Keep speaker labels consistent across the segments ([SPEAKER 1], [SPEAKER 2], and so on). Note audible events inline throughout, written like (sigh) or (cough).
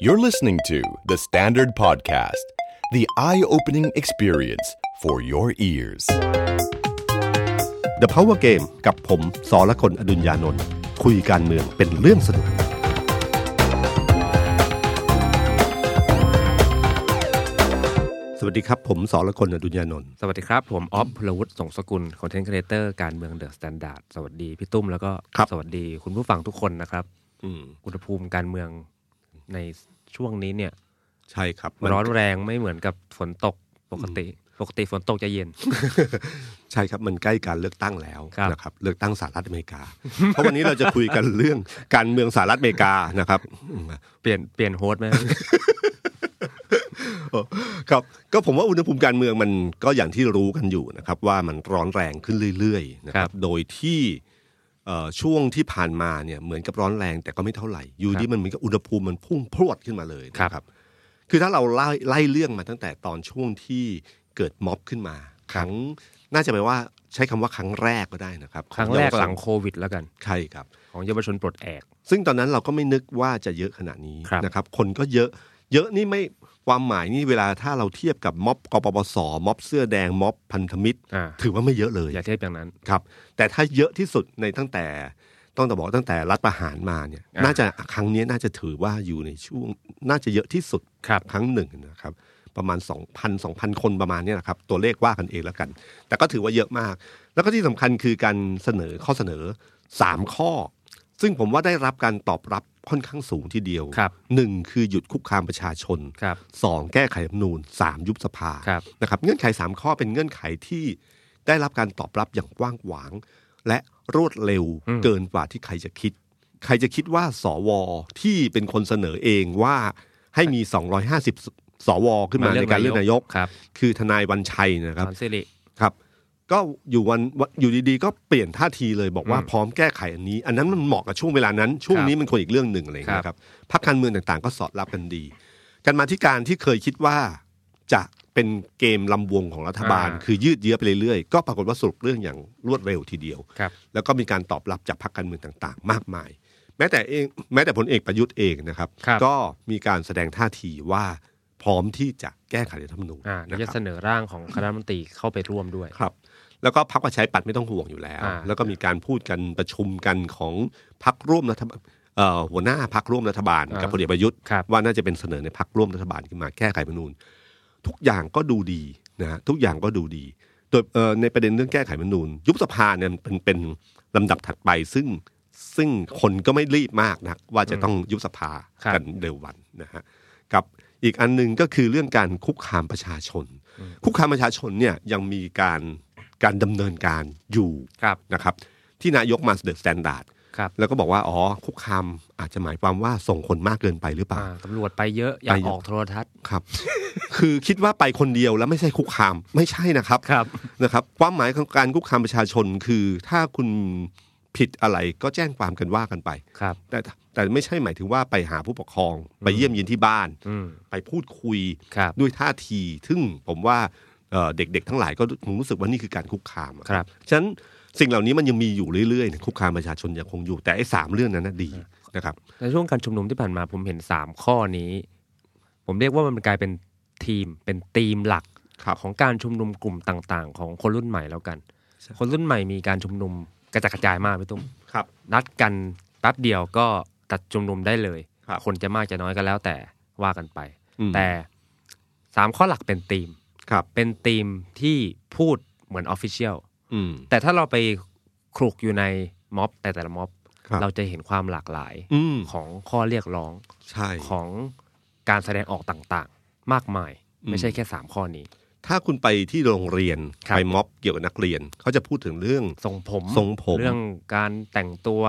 [SPEAKER 1] You're listening to The Standard Podcast, the eye opening experience for your ears.
[SPEAKER 2] The Power Game กับผมสอละคนอดุญญานนท์คุยการเมืองเป็นเรื่องสนุก สวัสดีครับ ผมสอละคนอดุญญานนท์
[SPEAKER 3] สวัสดีครับ ผมออฟพลวุฒิสงสกุลคอนเทนต์ครีเอเตอร์การเมืองเดอะสแตนดาร์ดสวัสดีพี่ตุ้มแล้วก็สวัสดีคุณผู้ฟังทุกคนนะครับอุณหภูมิการเมืองในช่วงนี้เนี่ย
[SPEAKER 2] ใช่ครับ
[SPEAKER 3] ร้อนแรงไม่เหมือนกับฝนตกปกติ ปกติฝนตกจะเย็น
[SPEAKER 2] (laughs) ใช่ครับมันใกล้การเลือกตั้งแล้ว
[SPEAKER 3] ครับ
[SPEAKER 2] นะครับเลือกตั้งสหรัฐอเมริกา เพราะวันนี้เราจะคุยกันเรื่องการเมืองสหรัฐอเมริกานะครับ
[SPEAKER 3] เปลี่ยนเปลี่ยนโฮสต์ไหม
[SPEAKER 2] ครับก็ผมว่าอุณหภูมิการเมืองมันก็อย่างที่รู้กันอยู่นะครับ ว่ามันร้อนแรงขึ้นเรื่อยๆนะค
[SPEAKER 3] ครั
[SPEAKER 2] รับบ โดยที่เอ่อช่วงที่ผ่านมาเนี่ยเหมือนกับร้อนแรงแต่ก็ไม่เท่าไหร่อยู่ดีมันเหมือนกับอุณหภูมิมันพุ่งพรวดขึ้นมาเลย
[SPEAKER 3] ครับ
[SPEAKER 2] นะครับ คือถ้าเราไล่ไล่เรื่องมาตั้งแต่ตอนช่วงที่เกิดม็อบขึ้นมา ครั้งน่าจะแปลว่าใช้คำว่าครั้งแรกก็ได้นะครับ
[SPEAKER 3] ครั้งแร
[SPEAKER 2] อเยาว
[SPEAKER 3] ก
[SPEAKER 2] ชน
[SPEAKER 3] หลังโควิดแล้วกัน
[SPEAKER 2] ใช่ครับ
[SPEAKER 3] ของเยาวชนปลดแอก
[SPEAKER 2] ซึ่งตอนนั้นเราก็ไม่นึกว่าจะเยอะขนาดนี้
[SPEAKER 3] ครับ
[SPEAKER 2] นะครับ คนก็เยอะ เยอะนี่ไม่ความหมายนี่เวลาถ้าเราเทียบกับม็อบกปปส ม็อบเสื้อแดง ม็อบพันธมิตร
[SPEAKER 3] อ่า
[SPEAKER 2] ถือว่าไม่เยอะเลย
[SPEAKER 3] อย่าเทียบอย่างนั้น
[SPEAKER 2] ครับ แต่ถ้าเยอะที่สุดในตั้งแต่ต้องแต่บอกตั้งแต่รัฐประหารมาเนี่ย
[SPEAKER 3] อ่า
[SPEAKER 2] น่าจะครั้งนี้น่าจะถือว่าอยู่ในช่วง น่าจะเยอะที่สุด
[SPEAKER 3] ครับ
[SPEAKER 2] ครั้งหนึ่งนะครับ ประมาณ 2,000 2,000 คนประมาณเนี้นะครับ ตัวเลขว่ากันเองแล้วกัน แต่ก็ถือว่าเยอะมาก แล้วก็ที่สำคัญคือการเสนอข้อเสนอ 3 ข้อ ซึ่งผมว่าได้รับการตอบรับค่อนข้างสูงทีเดียว
[SPEAKER 3] ครับ
[SPEAKER 2] หนึ่งคือหยุดคุกคามประชาชน
[SPEAKER 3] ครับ
[SPEAKER 2] สองแก้ไขรัฐธรรมนูญสามยุบสภา
[SPEAKER 3] ครับ
[SPEAKER 2] นะครับ เงื่อนไข 3 ข้อเป็นเงื่อนไขที่ได้รับการตอบรับอย่างกว้างขวาง และรวดเร็วเกินกว่าที่ใครจะคิด ใครจะคิดว่าสวที่เป็นคนเสนอเองว่าให้มี 250 สวขึ้นมาในการเลือกนายก
[SPEAKER 3] ครับ
[SPEAKER 2] คือทนายวันชัยนะครับ
[SPEAKER 3] สอนสิริ
[SPEAKER 2] ครับ ก็อยู่วันวันอยู่ดีๆ ก็เปลี่ยนท่าทีเลยบอกว่า
[SPEAKER 3] อืม
[SPEAKER 2] พร้อมแก้ไขอันนี้ อันนั้นมันเหมาะกับช่วงเวลานั้น ช่วงนี้มันควรอีกเรื่องหนึ่งอะไรอย่างเงี้ยครับพรรคการเมืองต่างๆ ก็สอดรับกันดี การมาธิการที่เคยคิดว่าจะเป็นเกมลำวงของรัฐบาล
[SPEAKER 3] อ่า
[SPEAKER 2] คือยืดเยื้อไปเรื่อยๆก็ปรากฏว่าสรุปเรื่องอย่างรวดเร็วทีเดียว
[SPEAKER 3] ครับ
[SPEAKER 2] แล้วก็มีการตอบรับจากพรรคการเมืองต่างๆ มากมาย แม้แต่เองแม้แต่พลเอกประยุทธ์เองนะครับ
[SPEAKER 3] ครับ
[SPEAKER 2] ก็มีการแสดงท่าทีว่าพร้อมที่จะแก้ไขรัฐธรรมนูญ
[SPEAKER 3] อ่าเดี๋ยวจะ
[SPEAKER 2] นะค
[SPEAKER 3] เส
[SPEAKER 2] รับ
[SPEAKER 3] นอร่างของคณะรัฐมนตรีเข้าไปร่วมด้วย
[SPEAKER 2] ครับ แล้วก็พรรคประชาธิปัตย์ไม่ต้องห่วงอยู่แล้ว
[SPEAKER 3] อ่า
[SPEAKER 2] แล้วก็มีการพูดกันประชุมกันของพรรคร่วมรัฐบาลเอ่อหัวหน้าพรรคร่วมรัฐบาลกับพลเอกประยุทธ์
[SPEAKER 3] ครับ
[SPEAKER 2] ว่าน่าจะเป็นเสนอในพักร่วมรัฐบาลขึ้นมาแก้ไขรัฐธรรมนูญทุกอย่างก็ดูดีนะฮะทุกอย่างก็ดูดี โดยเอ่อในประเด็นเรื่องแก้ไขรัฐธรรมนูญยุบสภาเนี่ยเป็นเป็นลำดับถัดไปซึ่งซึ่งคนก็ไม่รีบมากนักว่าจะต้องยุบสภา
[SPEAKER 3] ครับ
[SPEAKER 2] กันเร็ววันนะฮะกับอีกอันหนึ่งก็คือเรื่องการคุกคามประชาชน คุกคามประชาชนเนี่ยยังมีการการดำเนินการอยู่
[SPEAKER 3] ครับ
[SPEAKER 2] นะครับ ที่นายกมาเสนอสแตนดาร์ด
[SPEAKER 3] ครับ
[SPEAKER 2] แล้วก็บอกว่าอ๋อคุกคามอาจจะหมายความว่าส่งคนมากเกินไปหรือเปล่า
[SPEAKER 3] อ่าตำรวจไปเยอะอยาก
[SPEAKER 2] ไปเยอะ
[SPEAKER 3] ออกโทรทัศน์
[SPEAKER 2] ครับ (laughs) คือคิดว่าไปคนเดียวแล้วไม่ใช่คุกคาม ไม่ใช่นะครับ
[SPEAKER 3] ครับ
[SPEAKER 2] นะครับ ความหมายของการคุกคามประชาชนคือถ้าคุณผิดอะไรก็แจ้งความกันว่ากันไป
[SPEAKER 3] ครับ
[SPEAKER 2] แต่แต่ไม่ใช่หมายถึงว่าไปหาผู้ปกครอง ไปเยี่ยมเยียนที่บ้าน
[SPEAKER 3] อืม
[SPEAKER 2] ไปพูดคุย
[SPEAKER 3] ครับ
[SPEAKER 2] ด้วยท่าที ซึ่งผมว่าเอ่อเด็กๆ ทั้งหลายก็คงรู้สึกว่านี่คือการคุกคามอะ
[SPEAKER 3] ครับ
[SPEAKER 2] ฉะนั้นสิ่งเหล่านี้มันยังมีอยู่เรื่อยๆนะคุกคามประชาชนยังคงอยู่ แต่ไอ้สามเรื่องนั้นนะดีนะครับ
[SPEAKER 3] ในช่วงการชุมนุมที่ผ่านมาผมเห็นสามข้อนี้ ผมเรียกว่ามันกลายเป็นทีมเป็นธีมหลัก
[SPEAKER 2] ครับ
[SPEAKER 3] ของการชุมนุมกลุ่มต่าง ๆ ของคนรุ่นใหม่แล้วกัน
[SPEAKER 2] ใช่
[SPEAKER 3] คนรุ่นใหม่มีการชุมนุมกระจัดกระจายมากพี่ตุ้ม
[SPEAKER 2] ครับ
[SPEAKER 3] นัดกันแป๊บเดียวก็จัดชุมนุมได้เลย
[SPEAKER 2] ครับ
[SPEAKER 3] นจะมากจะน้อยก็แล้วแต่ว่ากันไป
[SPEAKER 2] อืม
[SPEAKER 3] แต่สามข้อหลักเป็นธีม
[SPEAKER 2] ครับ
[SPEAKER 3] เป็นธีมที่พูดเหมือนออฟฟิเชียล
[SPEAKER 2] อืม
[SPEAKER 3] แต่ถ้าเราไปคลุกอยู่ในม็อบแต่แต่ละม็อบ
[SPEAKER 2] ครับ
[SPEAKER 3] เราจะเห็นความหลากหลาย
[SPEAKER 2] อืม
[SPEAKER 3] ของข้อเรียกร้อง
[SPEAKER 2] ใช่
[SPEAKER 3] ของการแสดงออกต่างๆ มากมาย
[SPEAKER 2] อืม
[SPEAKER 3] ไม่ใช่แค่ 3 ข้อนี้
[SPEAKER 2] ถ้าคุณไปที่โรงเรียน
[SPEAKER 3] ครับ
[SPEAKER 2] ไปม็อบเกี่ยวกับนักเรียน เขาจะพูดถึงเรื่อง
[SPEAKER 3] ทรงผม
[SPEAKER 2] ทรงผม
[SPEAKER 3] เรื่องการแต่งตัว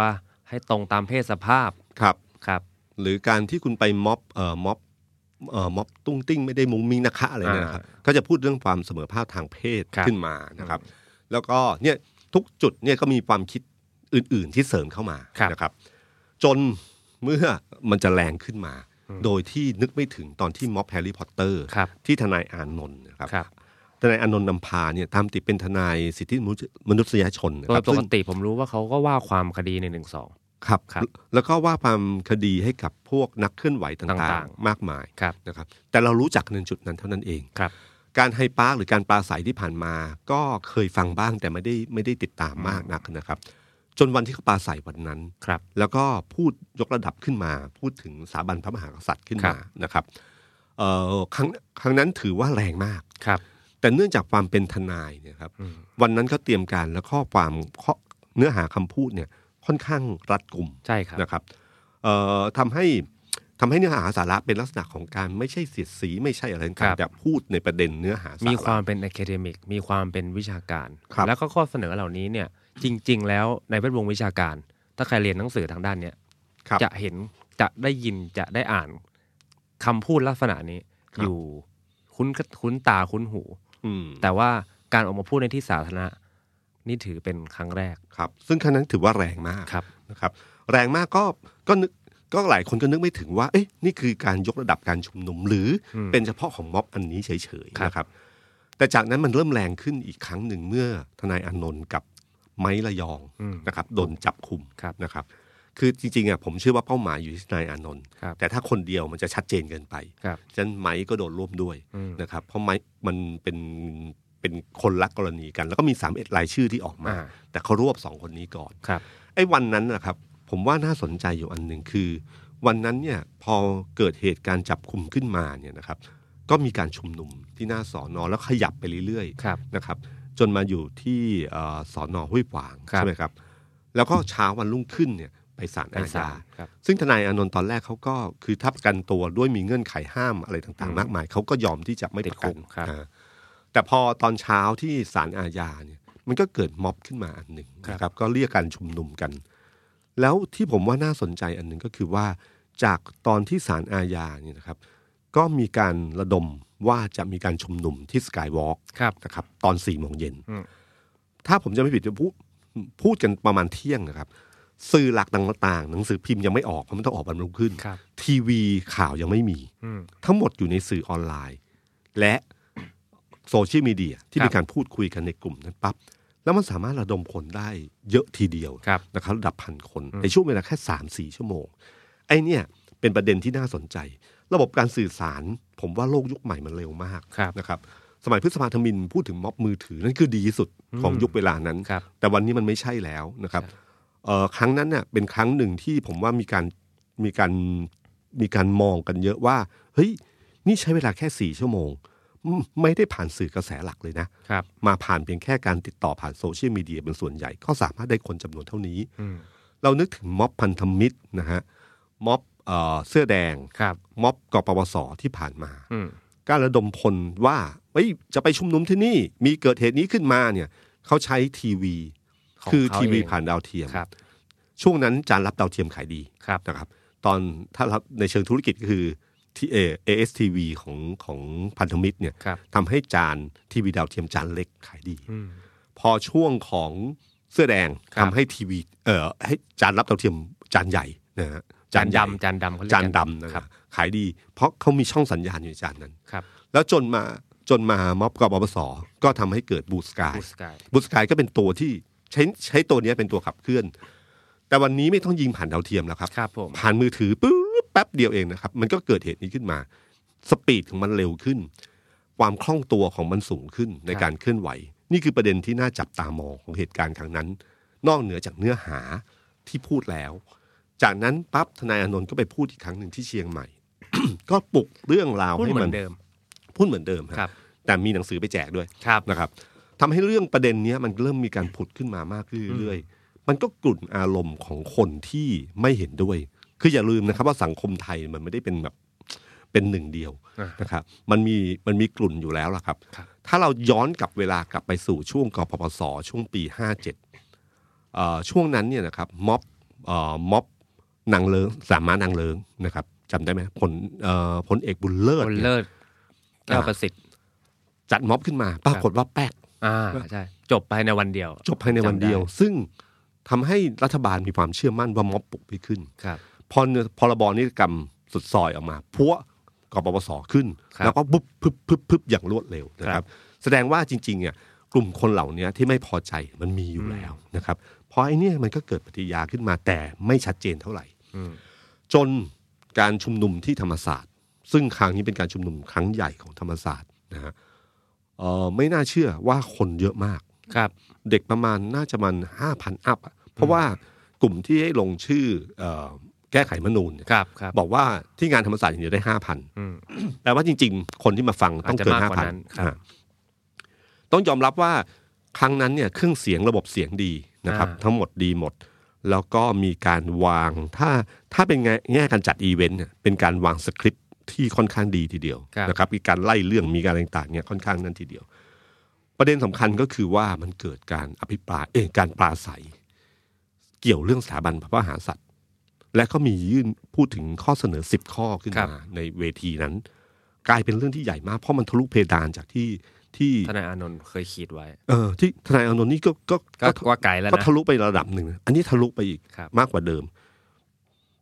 [SPEAKER 3] ให้ตรงตามเพศสภาพ
[SPEAKER 2] ครับ
[SPEAKER 3] ครับ
[SPEAKER 2] หรือการที่คุณไปม็อบเอ่อม็อบเอ่อม็อบตุ้งติ้งไม่ได้มุ้งมิ้งนะคะอะไรเนี่ยนะครับเขาจะพูดเรื่องความเสมอภาคทางเพศ
[SPEAKER 3] ครับ
[SPEAKER 2] ขึ้นมานะครับ แล้วก็เนี่ยทุกจุดเนี่ยก็มีความคิดอื่น ๆที่เสริมเข้ามานะครับ จนเมื่อมันจะแรงขึ้นมา โดยที่นึกไม่ถึงตอนที่ม็อบแฮร์รี่พอตเตอร์
[SPEAKER 3] ครับ
[SPEAKER 2] ที่ทนายอานนท์นะครับ
[SPEAKER 3] ครับ
[SPEAKER 2] ทนายอานนท์นำพาเนี่ยตามติดเป็นทนายสิทธิมนุษยมนุษยชนนะ
[SPEAKER 3] โด
[SPEAKER 2] ค
[SPEAKER 3] ย
[SPEAKER 2] รับ
[SPEAKER 3] ป
[SPEAKER 2] ซึ่
[SPEAKER 3] ก
[SPEAKER 2] ง
[SPEAKER 3] ติผมรู้ว่าเขาก็ว่าความคดีในหนึ่งสอง
[SPEAKER 2] ครับ
[SPEAKER 3] ครับ
[SPEAKER 2] แล้วก็ว่าความคดีให้กับพวกนักเคลื่อนไหวต่า
[SPEAKER 3] ต่าง ง
[SPEAKER 2] ๆ มากมาย
[SPEAKER 3] ครับ
[SPEAKER 2] นะครับ แต่เรารู้จักในจุดนั้นเท่านั้นเอง
[SPEAKER 3] ครับ
[SPEAKER 2] การไฮปาร์คหรือการปราศัยที่ผ่านมา ก็เคยฟังบ้างแต่ไม่ได้ไม่ได้ติดตามมากนักนะครับ จนวันที่เขาปราศัยวันนั้น
[SPEAKER 3] ครับ
[SPEAKER 2] แล้วก็พูดยกระดับขึ้นมา พูดถึงสถาบันพระมหากษัตริย์ขึ้นมา
[SPEAKER 3] ครับ
[SPEAKER 2] นะครับเอ่อครั้งครั้งนั้นถือว่าแรงมาก
[SPEAKER 3] ครับ
[SPEAKER 2] แต่เนื่องจากความเป็นทนายเนี่ยครับ
[SPEAKER 3] อืม
[SPEAKER 2] วันนั้นก็เตรียมการและข้อความข้อเนื้อหาคำพูดเนี่ยค่อนข้างรัดกุม
[SPEAKER 3] ใช่ครับ
[SPEAKER 2] นะครับเอ่อทำให้ทำให้เนื้อหาสาระเป็นลักษณะของการไม่ใช่เสียดสีไม่ใช่อะไร
[SPEAKER 3] ครั
[SPEAKER 2] ต่าง
[SPEAKER 3] บ
[SPEAKER 2] ๆแต่พูดในประเด็นเนื้อหาสาระ
[SPEAKER 3] มีความเป็น academic มีความเป็นวิชาการ
[SPEAKER 2] ครับ
[SPEAKER 3] แล้วก็ข้อเสนอเหล่านี้เนี่ย จริง ๆ แล้วในแวดวงวิชาการ ถ้าใครเรียนหนังสือทางด้านเนี้ย
[SPEAKER 2] ครับ
[SPEAKER 3] จะเห็นจะได้ยินจะได้อ่านคำพูดลักษณะนี้
[SPEAKER 2] ครับ
[SPEAKER 3] อยู่คุ้นคุ้นตาคุ้นหู
[SPEAKER 2] อืม
[SPEAKER 3] แต่ว่าการออกมาพูดในที่สาธารณะ นี่ถือเป็นครั้งแรก
[SPEAKER 2] ครับ ซึ่งครั้งนั้นถือว่าแรงมาก
[SPEAKER 3] ครับ
[SPEAKER 2] นะครับ แรงมากก็ก็นึกก็หลายคนก็นึกไม่ถึงว่า เอ๊ะนี่คือการยกระดับการชุมนุม หรืออ
[SPEAKER 3] ม
[SPEAKER 2] เป็นเฉพาะของม็อบอันนี้เฉย
[SPEAKER 3] ค
[SPEAKER 2] ๆ
[SPEAKER 3] รับ
[SPEAKER 2] นะครับ แต่จากนั้นมันเริ่มแรงขึ้นอีกครั้งหนึ่งเมื่อทนายอานนท์กับไม้ระยอง
[SPEAKER 3] อืม
[SPEAKER 2] นะครับโดนจับคุม
[SPEAKER 3] ครับ
[SPEAKER 2] นะครับ คือจริงๆอ่ะผมเชื่อว่าเป้าหมายอยู่ที่นายอานนท์
[SPEAKER 3] ครับ
[SPEAKER 2] แต่ถ้าคนเดียวมันจะชัดเจนเกินไป
[SPEAKER 3] ครับ
[SPEAKER 2] ฉะนั้นไม้ก็โดนร่วมด้วย
[SPEAKER 3] อืม
[SPEAKER 2] นะครับ เพราะไม้มันเป็นเป็นคนละกรณีกัน แล้วก็มี3ามเอ็ดรายชื่อที่ออกมา
[SPEAKER 3] อ่า
[SPEAKER 2] แต่เขารวบสองคนนี้ก่อน
[SPEAKER 3] ครับ
[SPEAKER 2] ไอ้วันนั้นนะครับ ผมว่าน่าสนใจอยู่อันหนึ่งคือ วันนั้นเนี่ยพอเกิดเหตุการณ์จับคุมขึ้นมาเนี่ยนะครับ ก็มีการชุมนุมที่หน้าสอนอแล้วขยับไปเรื่อยๆ
[SPEAKER 3] ครับ
[SPEAKER 2] นะครับจนมาอยู่ที่เอ่อสอนอห้วยขวาง
[SPEAKER 3] ครับ
[SPEAKER 2] ใช่ไหมครับ แล้วก็เช้าวันรุ่งขึ้นเนี่ยไปศาล
[SPEAKER 3] ไป
[SPEAKER 2] อา
[SPEAKER 3] ศา
[SPEAKER 2] ญา
[SPEAKER 3] ลครับ
[SPEAKER 2] ซึ่งทนายอานนท์ตอนแรกเขาก็คือทับกันตัวด้วยมีเงื่อนไขห้ามอะไรต่าง
[SPEAKER 3] อื
[SPEAKER 2] ๆ
[SPEAKER 3] ม
[SPEAKER 2] มากมายเขาก็ยอมที่จะไม่ประกั
[SPEAKER 3] ติ
[SPEAKER 2] น
[SPEAKER 3] ดคุกครับ
[SPEAKER 2] อ่าแต่พอตอนเช้าที่ศาลอาญาเนี่ยมันก็เกิดม็อบขึ้นมาอันหนึ่ง
[SPEAKER 3] ครับ
[SPEAKER 2] นะครับ ก็เรียกการชุมนุมกัน แล้วที่ผมว่าน่าสนใจอันหนึ่งก็คือว่าจากตอนที่ศาลอาญาเนี่ยนะครับ ก็มีการระดมว่าจะมีการชุมนุมที่สกายวอล์ก
[SPEAKER 3] ครับ
[SPEAKER 2] นะครับตอนสี่โมงเย็น
[SPEAKER 3] อืม
[SPEAKER 2] ถ้าผมจะไม่ผิดจะพูดพูดกันประมาณเที่ยงนะครับ สื่อหลักต่างๆ หนังสือพิมพ์ยังไม่ออกเพราะมันต้องออกวันรุ่งขึ้น
[SPEAKER 3] ครับ
[SPEAKER 2] ทีวีข่าวยังไม่มี
[SPEAKER 3] อืม
[SPEAKER 2] ทั้งหมดอยู่ในสื่อออนไลน์ และโซเชียลมีเดียที่
[SPEAKER 3] ครับ
[SPEAKER 2] มีการพูดคุยกันในกลุ่มนั้นปั๊บแล้วมันสามารถระดมคนได้เยอะทีเดียว
[SPEAKER 3] ครับ
[SPEAKER 2] นะครับระดับพันคน ในช่วงเวลาแค่สามสี่ชั่วโมง ไอ้เนี่ยเป็นประเด็นที่น่าสนใจ ระบบการสื่อสาร ผมว่าโลกยุคใหม่มันเร็วมาก
[SPEAKER 3] ครับ
[SPEAKER 2] นะครับ สมัยพฤษภาธมินพูดถึงม็อบมือถือ นั่นคือดีที่สุดของยุคเวลานั้น
[SPEAKER 3] ครับ
[SPEAKER 2] แต่วันนี้มันไม่ใช่แล้วนะครับเอ่อครั้งนั้นเน่ะเป็นครั้งหนึ่งที่ผมว่ามีการมีการมีการมองกันเยอะว่า เฮ้ย นี่ใช้เวลาแค่สี่ชั่วโมงอืมไม่ได้ผ่านสื่อกระแสหลักเลยนะ
[SPEAKER 3] ครับ
[SPEAKER 2] มาผ่านเพียงแค่การติดต่อผ่านโซเชียลมีเดียเป็นส่วนใหญ่ ก็สามารถได้คนจำนวนเท่านี้
[SPEAKER 3] อืม
[SPEAKER 2] เรานึกถึงม็อบพันธมิตรนะฮะม็อบเอ่อเสื้อแดง
[SPEAKER 3] ครับ
[SPEAKER 2] ม็อบกปปสที่ผ่านมา
[SPEAKER 3] อืม
[SPEAKER 2] การระดมพลว่าเอ้ยจะไปชุมนุมที่นี่ มีเกิดเหตุนี้ขึ้นมาเนี่ยเขาใช้ทีวี
[SPEAKER 3] ของ
[SPEAKER 2] คือ
[SPEAKER 3] เขา
[SPEAKER 2] ทีวี
[SPEAKER 3] เอง
[SPEAKER 2] ผ่านดาวเทียม
[SPEAKER 3] ครับ
[SPEAKER 2] ช่วงนั้นจานรับดาวเทียมขายดี
[SPEAKER 3] ครับ
[SPEAKER 2] นะครับ ตอนถ้ารับในเชิงธุรกิจก็คือที่เอเอสทีวีของของพันธมิตรเนี่ย
[SPEAKER 3] ครับ
[SPEAKER 2] ทำให้จานทีวีดาวเทียมจานเล็กขายดี
[SPEAKER 3] อืม
[SPEAKER 2] พอช่วงของเสื้อแดง
[SPEAKER 3] ครั
[SPEAKER 2] ทำ
[SPEAKER 3] บ
[SPEAKER 2] ให้ทีวีเอ่อให้จานรับดาวเทียมจานใหญ่นะฮะ
[SPEAKER 3] จาน
[SPEAKER 2] ใหญ่
[SPEAKER 3] ดำจานดำเขเรียก
[SPEAKER 2] จาน
[SPEAKER 3] กั
[SPEAKER 2] ดำนะค
[SPEAKER 3] ค
[SPEAKER 2] รั
[SPEAKER 3] รับบ
[SPEAKER 2] ขายดี เพราะเขามีช่องสัญญาณอยู่ในจานนั้น
[SPEAKER 3] ครับ
[SPEAKER 2] แล้วจนมาจนมาม็อบกบปสก็ทำให้เกิดบูสกาย
[SPEAKER 3] บูสกาย
[SPEAKER 2] บูสกายก็เป็นตัวที่ใช้ใช้ตัวเนี้ยเป็นตัวขับเคลื่อน แต่วันนี้ไม่ต้องยิงผ่านดาวเทียมแล้วครับ
[SPEAKER 3] ครับผม
[SPEAKER 2] ผ่านมือถือปุ๊บแป๊บเดียวเองนะครับ มันก็เกิดเหตุนี้ขึ้นมา สปีดของมันเร็วขึ้น ความคล่องตัวของมันสูงขึ้นในการเคลื่อนไหว นี่คือประเด็นที่น่าจับตามองของเหตุการณ์ครั้งนั้น นอกเหนือจากเนื้อหาที่พูดแล้ว จากนั้นปั๊บทนายอานนท์ก็ไปพูดอีกครั้งหนึ่งที่เชียงใหม่ (coughs) ก็ปลุกเรื่องราว
[SPEAKER 3] พูด
[SPEAKER 2] ให้
[SPEAKER 3] เหมื
[SPEAKER 2] มั
[SPEAKER 3] อน นเดิม
[SPEAKER 2] พูดเหมือนเดิมฮะ
[SPEAKER 3] ครับ
[SPEAKER 2] แต่มีหนังสือไปแจกด้วย
[SPEAKER 3] ครับ
[SPEAKER 2] นะครับทำให้เรื่องประเด็นเนี้ยมันเริ่มมีการผุดขึ้นมามากเรื่อยๆ มันก็กลุ่นอารมณ์ของคนที่ไม่เห็นด้วย คืออย่าลืมนะครับว่าสังคมไทยมันไม่ได้เป็นแบบเป็นหนึ่งเดียว
[SPEAKER 3] อ่าน
[SPEAKER 2] นะครับ มันมีมันมีกลุ่นอยู่แล้วล่ะครับ
[SPEAKER 3] ครับ
[SPEAKER 2] ถ้าเราย้อนกลับเวลากลับไปสู่ช่วงกปปสช่วงปี 57เอ่อช่วงนั้นเนี่ยนะครับม็อบเอ่อม็อบนางเลิงสามมานางเลิงนะครับจำได้ไหมผลเอ่อผลเอกบุญเลิศ
[SPEAKER 3] คน
[SPEAKER 2] เนี่ย
[SPEAKER 3] เลิศแก้วประสิทธิ์
[SPEAKER 2] จัดม็อบขึ้นมา ปรากฏว่าแป๊ก
[SPEAKER 3] อ่าใช่จบภายในวันเดียว
[SPEAKER 2] จบภายในวันเดียว ซึ่งทำให้รัฐบาลมีความเชื่อมั่นว่าม็อบปลุกไม่ขึ้น
[SPEAKER 3] ครับ
[SPEAKER 2] พอเนี่ยพรบนิรกรรมสุดซอยออกมา พวกกบปสขึ้น
[SPEAKER 3] ครับ
[SPEAKER 2] แล้วก็ปุ๊บพึบพึบพึบอย่างรวดเร็วนะค
[SPEAKER 3] ครั
[SPEAKER 2] รับ บ แสดงว่าจริงๆเนี่ยกลุ่มคนเหล่านี้ที่ไม่พอใจมันมีอยู่แล้วนะครับ พ พอไอ้เนี่ยมันก็เกิดปฏิกิริยาขึ้นมาแต่ไม่ชัดเจนเท่าไหร่
[SPEAKER 3] อืม
[SPEAKER 2] จนการชุมนุมที่ธรรมศาสตร์ ซึ่งครั้งนี้เป็นการชุมนุมครั้งใหญ่ของธรรมศาสตร์นะฮะเอ่อไม่น่าเชื่อว่าคนเยอะมาก
[SPEAKER 3] ครับ
[SPEAKER 2] เด็กประมาณน่าจะมันห้าพันอัพอะเพราะว่ากลุ่มที่ให้ลงชื่อเออแก้ไขมนูญเนี่ย
[SPEAKER 3] ครับครับ
[SPEAKER 2] บอกว่าที่งานธรรมศาสตร์อย่างเดียวได้ห้าพัน
[SPEAKER 3] อืม
[SPEAKER 2] แต่ว่าจริง ๆ คนที่มาฟังต้องเกิน
[SPEAKER 3] อาจจะมาก
[SPEAKER 2] ห้าก
[SPEAKER 3] ว่า
[SPEAKER 2] พัน
[SPEAKER 3] นั้นครับ
[SPEAKER 2] ต้องยอมรับว่าครั้งนั้นเนี่ยเครื่องเสียงระบบเสียงดีนะครับ
[SPEAKER 3] อ่า
[SPEAKER 2] ทั้งหมดดีหมด แล้วก็มีการวางถ้าถ้าเป็นแง่แง่การจัดอีเวนต์เนี่ยเป็นการวางสคริปต์ที่ค่อนข้างดีทีเดียว
[SPEAKER 3] ครับ
[SPEAKER 2] นะครับมีการไล่เรื่องมีการอะไรต่างๆเนี่ยค่อนข้างนั้นทีเดียว ประเด็นสำคัญก็คือว่ามันเกิดการอภิปรายเอยการปราศัย เกี่ยวเรื่องสถาบันพระมหากษัตริย์ และก็มียื่นพูดถึงข้อเสนอสิบข้อขึ้น
[SPEAKER 3] ครับ
[SPEAKER 2] มาในเวทีนั้น กลายเป็นเรื่องที่ใหญ่มาก เพราะมันทะลุเพดานจากที่ที่
[SPEAKER 3] ทนายอานนท์เคยขีดไว้
[SPEAKER 2] เออที่ทนายอานนท์นี่ก็ก็
[SPEAKER 3] ก็ว่าไกลแล้ว
[SPEAKER 2] ก็
[SPEAKER 3] นะ
[SPEAKER 2] ทะลุไประดับหนึ่งนะอันนี้ทะลุไปอีก
[SPEAKER 3] ครับ
[SPEAKER 2] มากกว่าเดิม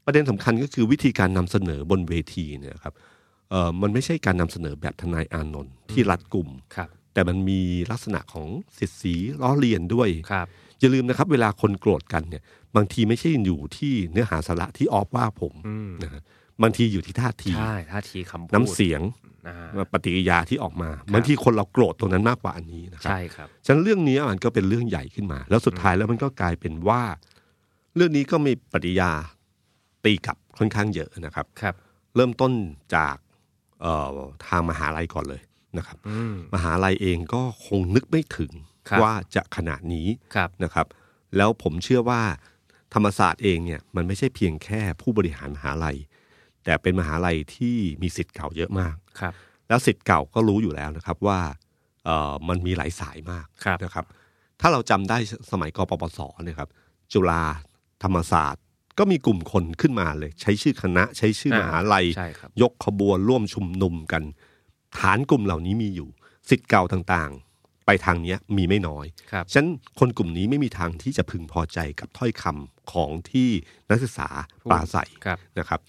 [SPEAKER 2] ประเด็นสำคัญก็คือวิธีการนำเสนอบนเวทีเนี่ยครับเออมันไม่ใช่การนำเสนอแบบทนายอานนท์ที่รัดกลุ่ม
[SPEAKER 3] ครับ
[SPEAKER 2] แต่มันมีลักษณะของเสียดสีล้อเลียนด้วย
[SPEAKER 3] ครับ
[SPEAKER 2] อย่าลืมนะครับ เวลาคนโกรธกันเนี่ยบางทีไม่ใช่อยู่ที่เนื้อหาสาระที่ออฟว่าผม
[SPEAKER 3] อืม
[SPEAKER 2] นะฮะบางทีอยู่ที่ท่าที
[SPEAKER 3] ใช่ ท่าทีคำพูด
[SPEAKER 2] น้ำเสียง
[SPEAKER 3] อ่า
[SPEAKER 2] ปฏิกิริยาที่ออกมาบางทีคนเราโกรธตรงนั้นมากกว่าอันนี้นะครับ
[SPEAKER 3] ใช่ครับ
[SPEAKER 2] ฉะนั้นเรื่องนี้มันก็เป็นเรื่องใหญ่ขึ้นมา แล้วสุดท้ายแล้วมันก็กลายเป็นว่า เรื่องนี้ก็มีปฏิกิริยาตีกลับค่อนข้างเยอะนะครับ
[SPEAKER 3] ครับ
[SPEAKER 2] เริ่มต้นจากเอ่อทางมหาลัยก่อนเลยนะครับ
[SPEAKER 3] อืม
[SPEAKER 2] มหาลัยเองก็คงนึกไม่ถึง
[SPEAKER 3] ครับ
[SPEAKER 2] ว่าจะขนาดนี้
[SPEAKER 3] ครับ
[SPEAKER 2] นะครับแล้วผมเชื่อว่าธรรมศาสตร์เองเนี่ยมันไม่ใช่เพียงแค่ผู้บริหารมหาลัย แต่เป็นมหาลัยที่มีสิทธิ์เก่าเยอะมาก
[SPEAKER 3] ครับ
[SPEAKER 2] แล้วสิทธิ์เก่าก็รู้อยู่แล้วนะครับว่าเอ่อมันมีหลายสายมาก
[SPEAKER 3] ครับ
[SPEAKER 2] นะครับ ถ้าเราจำได้สมัยกปปสเนี่ยครับจุฬาธรรมศาสตร์ก็มีกลุ่มคนขึ้นมาเลย ใช้ชื่อคณะ ใช้ชื่อมหาลัย
[SPEAKER 3] ใช่ครับ
[SPEAKER 2] ยกขบวนร่วมชุมนุมกัน ฐานกลุ่มเหล่านี้มีอยู่สิทธิ์เก่าต่างๆ ไปทางเนี้ยมีไม่น้อย
[SPEAKER 3] ครับ
[SPEAKER 2] ฉะนันคนกลุ่มนี้ไม่มีทางที่จะพึงพอใจกับถ้อยคำของที่นักศึกษาปราศัย
[SPEAKER 3] ครับ
[SPEAKER 2] นะครับ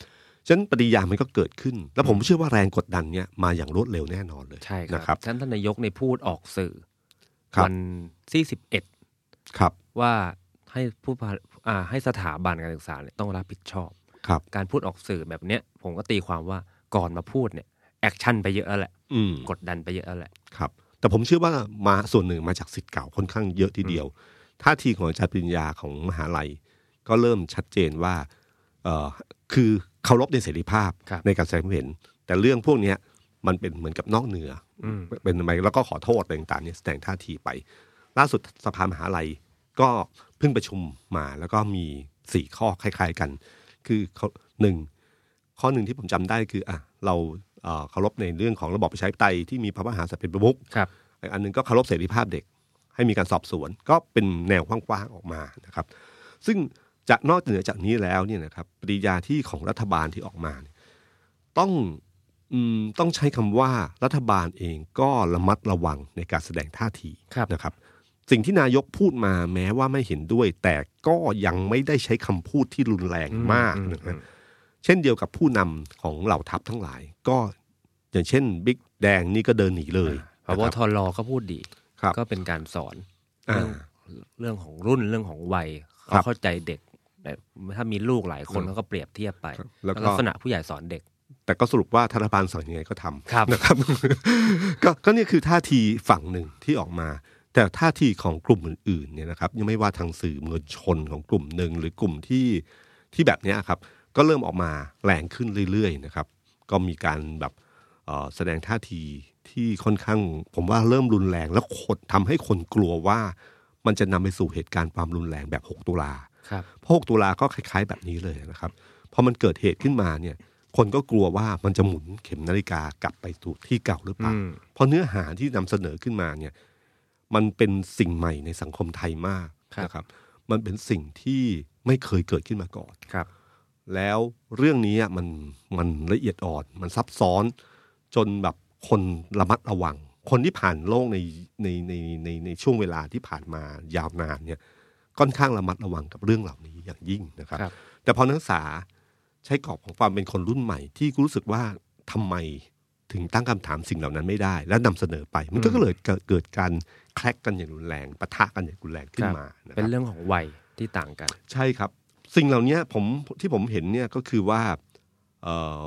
[SPEAKER 2] ฉะนันปฏิยามันก็เกิดขึ้น แล้วผมเชื่อว่าแรงกดดันเนี่ยมาอย่างรวดเร็วแน่นอนเลย
[SPEAKER 3] ใช่
[SPEAKER 2] นะ
[SPEAKER 3] ค
[SPEAKER 2] ครั
[SPEAKER 3] รับ บ ท่านท่านนายกในยพูดออกสื่อ
[SPEAKER 2] ครับ
[SPEAKER 3] วันที่สิบเอ็ด
[SPEAKER 2] ครับ
[SPEAKER 3] ว่าให้ผู้พาอ่าให้สถาบันการศึกษาเนี่ยต้องรับผิดชอบ
[SPEAKER 2] ครับ
[SPEAKER 3] การพูดออกสื่อแบบเนี้ย ผมก็ตีความว่าก่อนมาพูดเนี่ย แอคชั่นไปเยอะแล้วแหละ
[SPEAKER 2] อืม
[SPEAKER 3] กดดันไปเยอะแล้วแหละ
[SPEAKER 2] ครับ แต่ผมเชื่อว่ามาส่วนหนึ่งมาจากสิทธิ์เก่าค่อนข้างเยอะทีเดียวท่าทีของอาจารย์ปริญญาของมหาลัย ก็เริ่มชัดเจนว่าเออคือเคารพในเสรีภาพ
[SPEAKER 3] ครับ
[SPEAKER 2] ในการแสดงความเห็น แต่เรื่องพวกเนี้ยมันเป็นเหมือนกับนอกเหนือ
[SPEAKER 3] อืม
[SPEAKER 2] เป็นทำไมแล้วก็ขอโทษอะไรต่างๆเนี่ยแสดงท่าทีไป ล่าสุดสภามหาลัยก็เพิ่งประชุมมาแล้วก็มีสี่ข้อคล้าย ๆกัน คือเขาหนึ่งข้อหนึ่งที่ผมจำได้คืออ่ะเราเอ่อเคารพในเรื่องของระบอบประชาธิปไตยที่มีพระมหากษัตริย์เป็นประมุข
[SPEAKER 3] ครับ
[SPEAKER 2] อีกอันหนึงก็เคารพเสรีภาพเด็ก ให้มีการสอบสวน ก็เป็นแนวกว้างๆออกมานะครับ ซึ่งจากนอกเหนือจากนี้แล้วเนี่ยนะครับปฏิญาที่ของรัฐบาลที่ออกมาเนี่ยต้อง อืมต้องใช้คำว่ารัฐบาลเองก็ระมัดระวังในการแสดงท่าที
[SPEAKER 3] ครับ
[SPEAKER 2] นะครับ สิ่งที่นายกพูดมาแม้ว่าไม่เห็นด้วย แต่ก็ยังไม่ได้ใช้คำพูดที่รุนแรงมากนะฮะเช่นเดียวกับผู้นำของเหล่าทัพทั้งหลาย ก็อย่างเช่นบิ๊กแดงนี่ก็เดินหนีเลย
[SPEAKER 3] พบ
[SPEAKER 2] นะครับ
[SPEAKER 3] ทรก็พูดดี
[SPEAKER 2] ครับ
[SPEAKER 3] ก็เป็นการสอน
[SPEAKER 2] อ่า
[SPEAKER 3] เรื่องเรื่องของรุ่นเรื่องของวัย
[SPEAKER 2] ครั
[SPEAKER 3] เขา
[SPEAKER 2] บ
[SPEAKER 3] เข้าใจเด็กแต่ถ้ามีลูกหลายคน
[SPEAKER 2] อืม
[SPEAKER 3] เขาก็เปรียบเทียบไป
[SPEAKER 2] ครับแล้วก็
[SPEAKER 3] ลักษณะผู้ใหญ่สอนเด็ก
[SPEAKER 2] แต่ก็สรุปว่าธนาคารสั่งยังไงก็ทำ (laughs)
[SPEAKER 3] ครับ
[SPEAKER 2] นะครับ ก็ก็เนี่ยคือท่าทีฝั่งหนึ่งที่ออกมา แต่ท่าทีของกลุ่มอื่นๆเนี่ยนะครับยังไม่ว่าทางสื่อมวลชนของกลุ่มหนึ่งหรือกลุ่มที่ที่แบบเนี้ยครับ ก็เริ่มออกมาแรงขึ้นเรื่อยๆนะครับ ก็มีการแบบเอ่อแสดงท่าทีที่ค่อนข้าง ผมว่าเริ่มรุนแรงแล้วคนทำให้คนกลัวว่ามันจะนำไปสู่เหตุการณ์ความรุนแรงแบบ 6 ตุลา
[SPEAKER 3] ครับ
[SPEAKER 2] พวกตุลาก็คล้ายๆแบบนี้เลยนะครับ พอมันเกิดเหตุขึ้นมาเนี่ย คนก็กลัวว่ามันจะหมุนเข็มนาฬิกากลับไปสู่ที่เก่าหรือเปล่า
[SPEAKER 3] อืม
[SPEAKER 2] เพราะเนื้อหาที่นำเสนอขึ้นมาเนี่ย มันเป็นสิ่งใหม่ในสังคมไทยมากนะครับ มันเป็นสิ่งที่ไม่เคยเกิดขึ้นมาก่อน
[SPEAKER 3] ครับ
[SPEAKER 2] แล้วเรื่องนี้อ่ะมันมันละเอียดอ่อน มันซับซ้อนจนแบบคนระมัดระวัง คนที่ผ่านโลกในในในในในช่วงเวลาที่ผ่านมายาวนานเนี่ยค่อนข้างระมัดระวังกับเรื่องเหล่านี้อย่างยิ่งนะครับ
[SPEAKER 3] ครับ
[SPEAKER 2] แต่พอนักศึกษาใช้กรอบของความเป็นคนรุ่นใหม่ ที่รู้สึกว่าทำไมถึงตั้งคำถามสิ่งเหล่านั้นไม่ได้ และนำเสนอไป มันก็เลยเกิดเกิดการแคลกกันอย่างรุนแรงปะทะกันอย่างรุนแรงขึ้นมาะครับ
[SPEAKER 3] เป็นเรื่องของวัย ที่ต่างกัน
[SPEAKER 2] ใช่ครับ สิ่งเหล่านี้ผมที่ผมเห็นเนี่ยก็คือว่าเอ่อ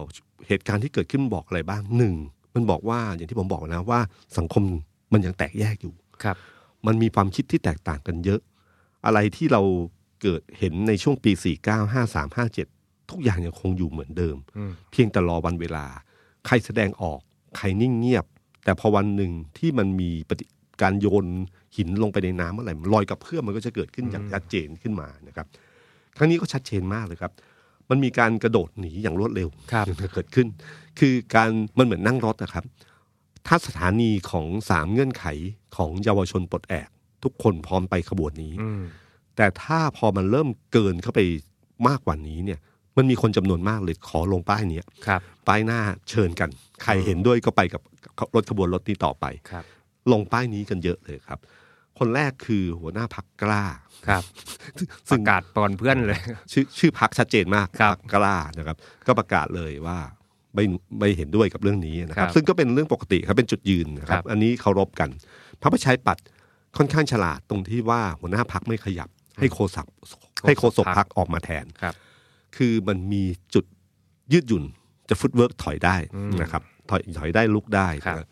[SPEAKER 2] เหตุการณ์ที่เกิดขึ้นบอกอะไรบ้างหนึ่งมันบอกว่าอย่างที่ผมบอกนะว่าสังคมมันยังแตกแยกอยู่
[SPEAKER 3] ครับ
[SPEAKER 2] มันมีความคิดที่แตกต่างกันเยอะ อะไรที่เราเกิดเห็นในช่วงปี 49 53 57 ทุกอย่างยังคงอยู่เหมือนเดิม
[SPEAKER 3] อืม
[SPEAKER 2] เพียงแต่รอวันเวลา ใครแสดงออก ใครนิ่งเงียบ แต่พอวันหนึ่งที่มันมีปฏิการโยนหินลงไปในน้ำอะไรลอยกับเพื่อมมันก็จะเกิดขึ้นอย่างชัดเจนขึ้นมานะครับ ครั้งนี้ก็ชัดเจนมากเลยครับ มันมีการกระโดดหนีอย่างรวดเร็ว
[SPEAKER 3] ครับ
[SPEAKER 2] เกิดขึ้น คือการมันเหมือนนั่งรถนะครับ ถ้าสถานีของสามเงื่อนไขของเยาวชนปลดแอก ทุกคนพร้อมไปขบวนนี้
[SPEAKER 3] อืม
[SPEAKER 2] แต่ถ้าพอมันเริ่มเกินเข้าไปมากกว่านี้เนี่ย มันมีคนจำนวนมากเลยขอลงป้ายเนี้ย
[SPEAKER 3] ครับ
[SPEAKER 2] ป้ายหน้าเชิญกัน ใครเห็นด้วยก็ไปกับรถขบวนรถนี้ต่อไป
[SPEAKER 3] ครับ
[SPEAKER 2] ลงป้ายนี้กันเยอะเลยครับ คนแรกคือหัวหน้าพักกล้า
[SPEAKER 3] ครับป
[SPEAKER 2] ซึ่
[SPEAKER 3] ระ
[SPEAKER 2] ง
[SPEAKER 3] กาศปอนเพื่อนเลย
[SPEAKER 2] ชื่อชื่อพักชัดเจนมาก
[SPEAKER 3] ครับ
[SPEAKER 2] พคกล้านะครับ ก็ประกาศเลยว่าไม่ไม่เห็นด้วยกับเรื่องนี้นะครั
[SPEAKER 3] ครับ บ
[SPEAKER 2] ซึ่งก็เป็นเรื่องปกติครับเป็นจุดยืนนะค
[SPEAKER 3] ครั
[SPEAKER 2] รับ
[SPEAKER 3] บ
[SPEAKER 2] อันนี้เคารพกันพระประชัยปัดค่อนข้างฉลาดตรงที่ว่าหัวหน้าพักไม่ขยับ ให้โคศกให้โคศกพักออกมาแทน
[SPEAKER 3] (laughs) ครับ
[SPEAKER 2] คือมันมีจุดยืดหยุ่นจะฟุตเวิร์กถอยได้นะครับถอยถอยได้ลุกได้
[SPEAKER 3] ครับ
[SPEAKER 2] นะ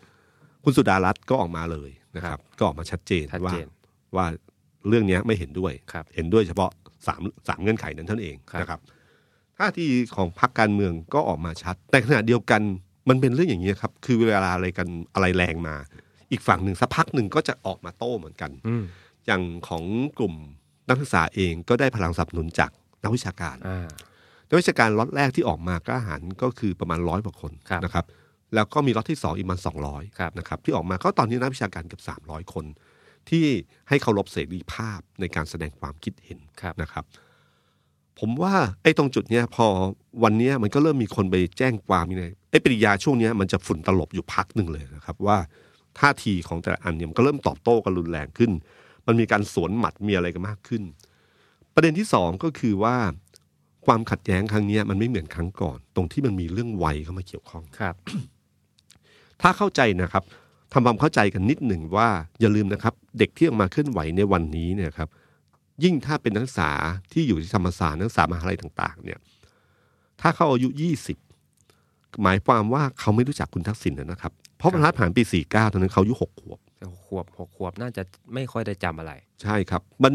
[SPEAKER 2] คุณสุดารัตน์ก็ออกมาเลยนะครับ ก็ออกมาชัดเจน
[SPEAKER 3] ชัด
[SPEAKER 2] ว่า
[SPEAKER 3] เจน
[SPEAKER 2] ว่าเรื่องเนี้ยไม่เห็นด้วย
[SPEAKER 3] ครับ
[SPEAKER 2] เห็นด้วยเฉพาะสามสามเงื่อนไขนั้นเท่านั้นเอง
[SPEAKER 3] ครับ
[SPEAKER 2] นะครับท่าทีของพรรคการเมืองก็ออกมาชัด แต่ขณะเดียวกันมันเป็นเรื่องอย่างนี้ยครับ คือเวลาอะไรกันอะไรแรงมา อีกฝั่งหนึ่งสักพักหนึ่งก็จะออกมาโต้เหมือนกัน
[SPEAKER 3] อืม
[SPEAKER 2] อย่างของกลุ่มนักศึกษาเองก็ได้พลังสนับสนุนจากนักวิชาการ
[SPEAKER 3] อ่า
[SPEAKER 2] นักวิชาการล็อตแรกที่ออกมากล้าหารก็คือประมาณร้อยกว่าคน
[SPEAKER 3] ครับ
[SPEAKER 2] นะครับ แล้วก็มีล็อตที่สองอีกประมาณสองร้อย
[SPEAKER 3] ครับ
[SPEAKER 2] นะครับ ที่ออกมาก็ตอนนี้นักวิชาการเกือบสามร้อยคน ที่ให้เคารพเสรีภาพในการแสดงความคิดเห็น
[SPEAKER 3] ครับ
[SPEAKER 2] นะครับ ผมว่าไอ้ตรงจุดเนี้ยพอวันเนี้ยมันก็เริ่มมีคนไปแจ้งความนี่ไงไอ้ปริยาช่วงเนี้ยมันจะฝุ่นตลบอยู่พักหนึ่งเลยนะครับ ว่าท่าทีของแต่ละอันเนี่ยมันก็เริ่มตอบโต้กันรุนแรงขึ้น มันมีการสวนหมัดมีอะไรกันมากขึ้น ประเด็นที่สองก็คือว่า ความขัดแย้งครั้งเนี้ยมันไม่เหมือนครั้งก่อน ตรงที่มันมีเรื่องวัยเข้ามาเกี่ยวข้อง
[SPEAKER 3] ครับ
[SPEAKER 2] ถ้าเข้าใจนะครับทำความเข้าใจกันนิดหนึ่งว่าอย่าลืมนะครับ เด็กที่ออกมาเคลื่อนไหวในวันนี้เนี่ยครับ ยิ่งถ้าเป็นนักศึกษาที่อยู่ที่ธรรมศาสตร์นักศึกษามหาลัยต่าง ๆ เนี่ย ถ้าเขาอายุยี่สิบหมายความว่าเขาไม่รู้จักคุณทักษิณแล้วนะครับ เพราะ
[SPEAKER 3] ครับ
[SPEAKER 2] มันรัฐผ่านปีสี่เก้าตอนนั้นเขาอายุหกขวบ
[SPEAKER 3] แต่หกขวบหกขวบน่าจะไม่ค่อยได้จำอะไร
[SPEAKER 2] ใช่ครับ มัน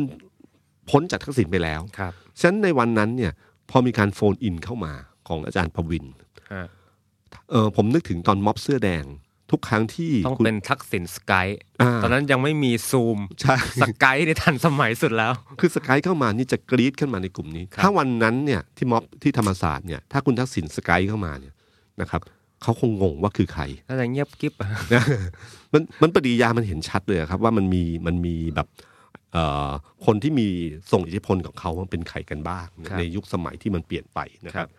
[SPEAKER 2] พ้นจากทักษิณไปแล้ว
[SPEAKER 3] ครับ
[SPEAKER 2] ฉะนั้นในวันนั้นเนี่ย พอมีการโฟนอินเข้ามาของอาจารย์ประวิน
[SPEAKER 3] ฮะ
[SPEAKER 2] เออผมนึกถึงตอนม็อบเสื้อแดง ทุกครั้งที่
[SPEAKER 3] ต้อง
[SPEAKER 2] คุณ
[SPEAKER 3] เป็นทักษิณสกาย
[SPEAKER 2] า
[SPEAKER 3] ตอนนั้นยังไม่มีซู (laughs) ม
[SPEAKER 2] ใช่
[SPEAKER 3] สกายในทันสมัยสุดแล้ว
[SPEAKER 2] คือสกายเข้ามานี่จะกรี๊ดขึ้นมาในกลุ่มนี้
[SPEAKER 3] ครับ
[SPEAKER 2] ถ้าวันนั้นเนี่ยที่ม็อบที่ธรรมศาสตร์เนี่ยถ้าคุณทักษิณสกายเข้ามาเนี่ยนะครับเขาคงงงว่าคือใคร
[SPEAKER 3] น่าจะเงียบกิ๊บ
[SPEAKER 2] มันมันปฏิกิริยามันเห็นชัดเลยอะครับว่ามันมีมันมีแบบเอ่อคนที่มีส่งอิทธิพลของเขามันเป็นใครกันบ้าง
[SPEAKER 3] ครับ
[SPEAKER 2] ในยุคสมัยที่มันเปลี่ยนไปนะค
[SPEAKER 3] ครั
[SPEAKER 2] รับบ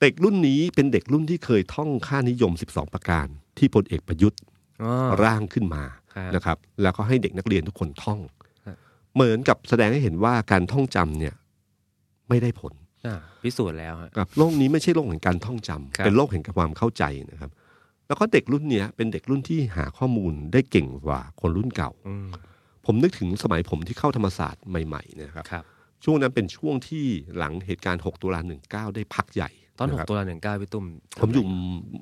[SPEAKER 2] เด็กรุ่นนี้เป็นเด็กรุ่นที่เคยท่องค่านิยม 12 ประการ ที่พลเอกประยุทธ์
[SPEAKER 3] อ๋อ
[SPEAKER 2] ร่างขึ้นมา
[SPEAKER 3] ครับ
[SPEAKER 2] นะครับ แล้วก็ให้เด็กนักเรียนทุกคนท่อง
[SPEAKER 3] ครับ
[SPEAKER 2] เหมือนกับแสดงให้เห็นว่าการท่องจำเนี่ย ไม่ได้ผล
[SPEAKER 3] อ่าพิสูจน์แล้วฮะ
[SPEAKER 2] ครับโลกนี้ไม่ใช่โลกแห่งการท่องจำ
[SPEAKER 3] ครับ
[SPEAKER 2] เป็นโลกแห่งความเข้าใจนะครับ แล้วก็เด็กรุ่นเนี้ยเป็นเด็กรุ่นที่หาข้อมูลได้เก่งกว่าคนรุ่นเก่า
[SPEAKER 3] อืม
[SPEAKER 2] ผมนึกถึงสมัยผมที่เข้าธรรมศาสตร์ใหม่ๆเนะครับ
[SPEAKER 3] ครับ
[SPEAKER 2] ช่วงนั้นเป็นช่วงที่หลังเหตุการณ์ 6 ตุลา19 ได้พักใหญ่
[SPEAKER 3] ตอนหก
[SPEAKER 2] ะครับ
[SPEAKER 3] ตุลาหนึ่งเก้าพี่ตุ้ม
[SPEAKER 2] ผมอยู่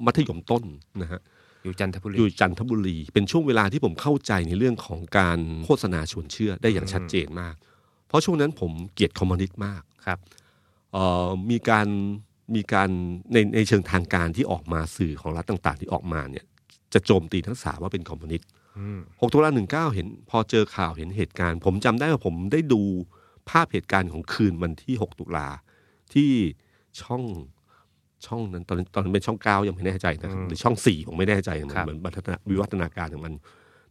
[SPEAKER 2] มัธยมต้นนะฮะ
[SPEAKER 3] อยู่จันทบุรี
[SPEAKER 2] อยู่จันทบุรี เป็นช่วงเวลาที่ผมเข้าใจในเรื่องของการโฆษณาชวนเชื่อได้อย่างชัดเจนมาก เพราะช่วงนั้นผมเกลียดคอมมิวนิสต์มาก
[SPEAKER 3] ครับ
[SPEAKER 2] เอ่อมีการมีการในในเชิงทางการที่ออกมาสื่อของรัฐต่างๆ ที่ออกมาเนี่ยจะโจมตีทั้งสาว่าเป็นคอมมิวนิสต์
[SPEAKER 3] อืม
[SPEAKER 2] 6ตุลา19 เห็น พอเจอข่าวเห็นเหตุการณ์ ผมจำได้ว่าผมได้ดูภาพเหตุการณ์ของคืนวันที่ 6 ตุลาที่ช่องช่องนั้นตอนตอนนนเป็นช่องเก้ายังไม่แน่ใจนะครับหรือช่องสี่ผมไม่แน่ใจนะมัน
[SPEAKER 3] ครับ
[SPEAKER 2] เหมือนวัฒนาวิวัฒนาการของมัน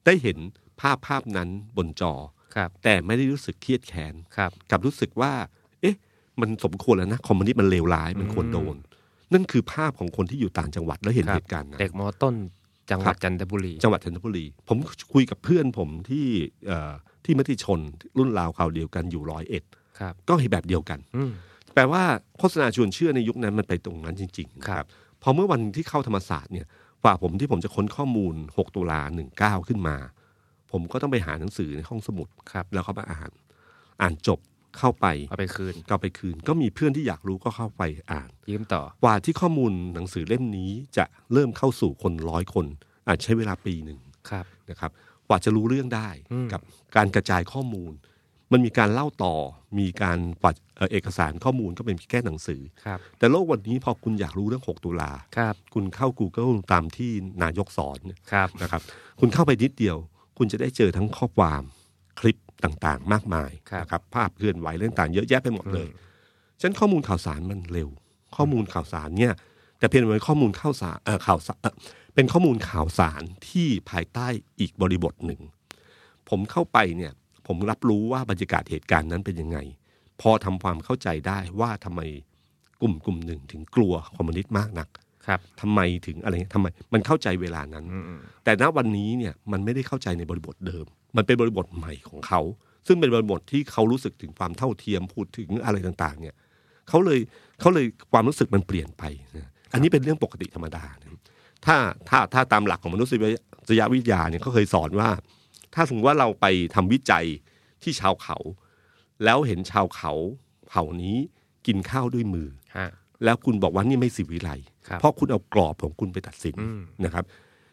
[SPEAKER 2] ได้เห็นภาพภาพนั้นบนจอ
[SPEAKER 3] ครับ
[SPEAKER 2] แต่ไม่ได้รู้สึกเครียดแค้น
[SPEAKER 3] ครับ
[SPEAKER 2] กลับรู้สึกว่า เอ๊ะ มันสมควรแล้วนะคอมมิวนิสต์มันเลวร้ายมันควรโดน นั่นคือภาพของคนที่อยู่ต่างจังหวัดแล้วเห็น
[SPEAKER 3] ครับ
[SPEAKER 2] เหตุการณ์นะ
[SPEAKER 3] เด็กมอต้นจังหวัด
[SPEAKER 2] ครับ
[SPEAKER 3] จันทบุรี
[SPEAKER 2] จังหวัดจันทบุรี ผมคุยกับเพื่อนผมที่เอ่อที่มติชนรุ่นราวคราวเดียวกันอยู่ร้อยเอ็ด
[SPEAKER 3] ครับ
[SPEAKER 2] ก็เห็นแบบเดียวกัน
[SPEAKER 3] อืม
[SPEAKER 2] แปลว่าโฆษณาชวนเชื่อในยุคนั้นมันไปตรงนั้นจริงๆนะครับ พอเมื่อวันที่เข้าธรรมศาสตร์เนี่ยกว่าผมที่ผมจะค้นข้อมูล 6 ตุลา19 ขึ้นมา ผมก็ต้องไปหาหนังสือในห้องสมุด
[SPEAKER 3] ครับ
[SPEAKER 2] แล้วก็มาอ่าน อ่านจบ เข้าไป
[SPEAKER 3] เอาไปคืน
[SPEAKER 2] ก็ไปคืน ก็มีเพื่อนที่อยากรู้ก็เข้าไปอ่าน
[SPEAKER 3] ยืมต่อก
[SPEAKER 2] ว่าที่ข้อมูลหนังสือเล่มนี้จะเริ่มเข้าสู่คนร้อยคน อาจใช้เวลาปีหนึ่ง
[SPEAKER 3] ครับ
[SPEAKER 2] นะครับกว่าจะรู้เรื่องได้
[SPEAKER 3] อืม
[SPEAKER 2] กับการกระจายข้อมูล มันมีการเล่าต่อ มีการกว่าเอ่อเอกสารข้อมูลก็เป็นแค่หนังสือ
[SPEAKER 3] ครับ
[SPEAKER 2] แต่โลกวันนี้พอคุณอยากรู้เรื่อง 6 ตุลา
[SPEAKER 3] ครับ
[SPEAKER 2] คุณเข้า Google ตามที่นายกสอนเนี่ย
[SPEAKER 3] ครับ
[SPEAKER 2] นะครับ คุณเข้าไปนิดเดียว คุณจะได้เจอทั้งข้อความคลิปต่างๆ มากมายนะครับ ภาพเคลื่อนไหวเรื่องต่างๆเยอะแยะไปหมดเลยฉะนันข้อมูลข่าวสารมันเร็ว ข้อมูลข่าวสารเนี่ย แต่เพียงเป็นข้อมูลข่าวสารเอ่อข่าวสารเอ่อเป็นข้อมูลข่าวสารที่ภายใต้อีกบริบทหนึ่ง ผมเข้าไปเนี่ย ผมรับรู้ว่าบรรยากาศเหตุการณ์นั้นเป็นยังไง พอทำความเข้าใจได้ว่าทำไมกลุ่มกลุ่มหนึ่งถึงกลัวคอมมิวนิสต์มากนัก
[SPEAKER 3] ครับ
[SPEAKER 2] ทำไมถึงอะไรเงี้ยทำไมมันเข้าใจเวลานั้น
[SPEAKER 3] อืมอืม
[SPEAKER 2] แต่ณวันนี้เนี่ยมันไม่ได้เข้าใจในบริบทเดิม มันเป็นบริบทใหม่ของเขา ซึ่งเป็นบริบทที่เขารู้สึกถึงความเท่าเทียมพูดถึงอะไรต่างๆ เนี่ยเขาเลยเขาเลยความรู้สึกมันเปลี่ยนไปนะอันนี้เป็นเรื่องปกติธรรมดานะถ้าถ้าถ้าตามหลักของมนุษยวิทยาเนี่ยเขาเคยสอนว่า ถ้าสมมติว่าเราไปทำวิจัยที่ชาวเขา แล้วเห็นชาวเขาเผ่านี้กินข้าวด้วยมือ
[SPEAKER 3] ฮะ
[SPEAKER 2] แล้วคุณบอกว่านี่ไม่สิวิไลย์
[SPEAKER 3] ครับ
[SPEAKER 2] เพราะคุณเอากรอบของคุณไปตัดสิน
[SPEAKER 3] อืม
[SPEAKER 2] นะครับ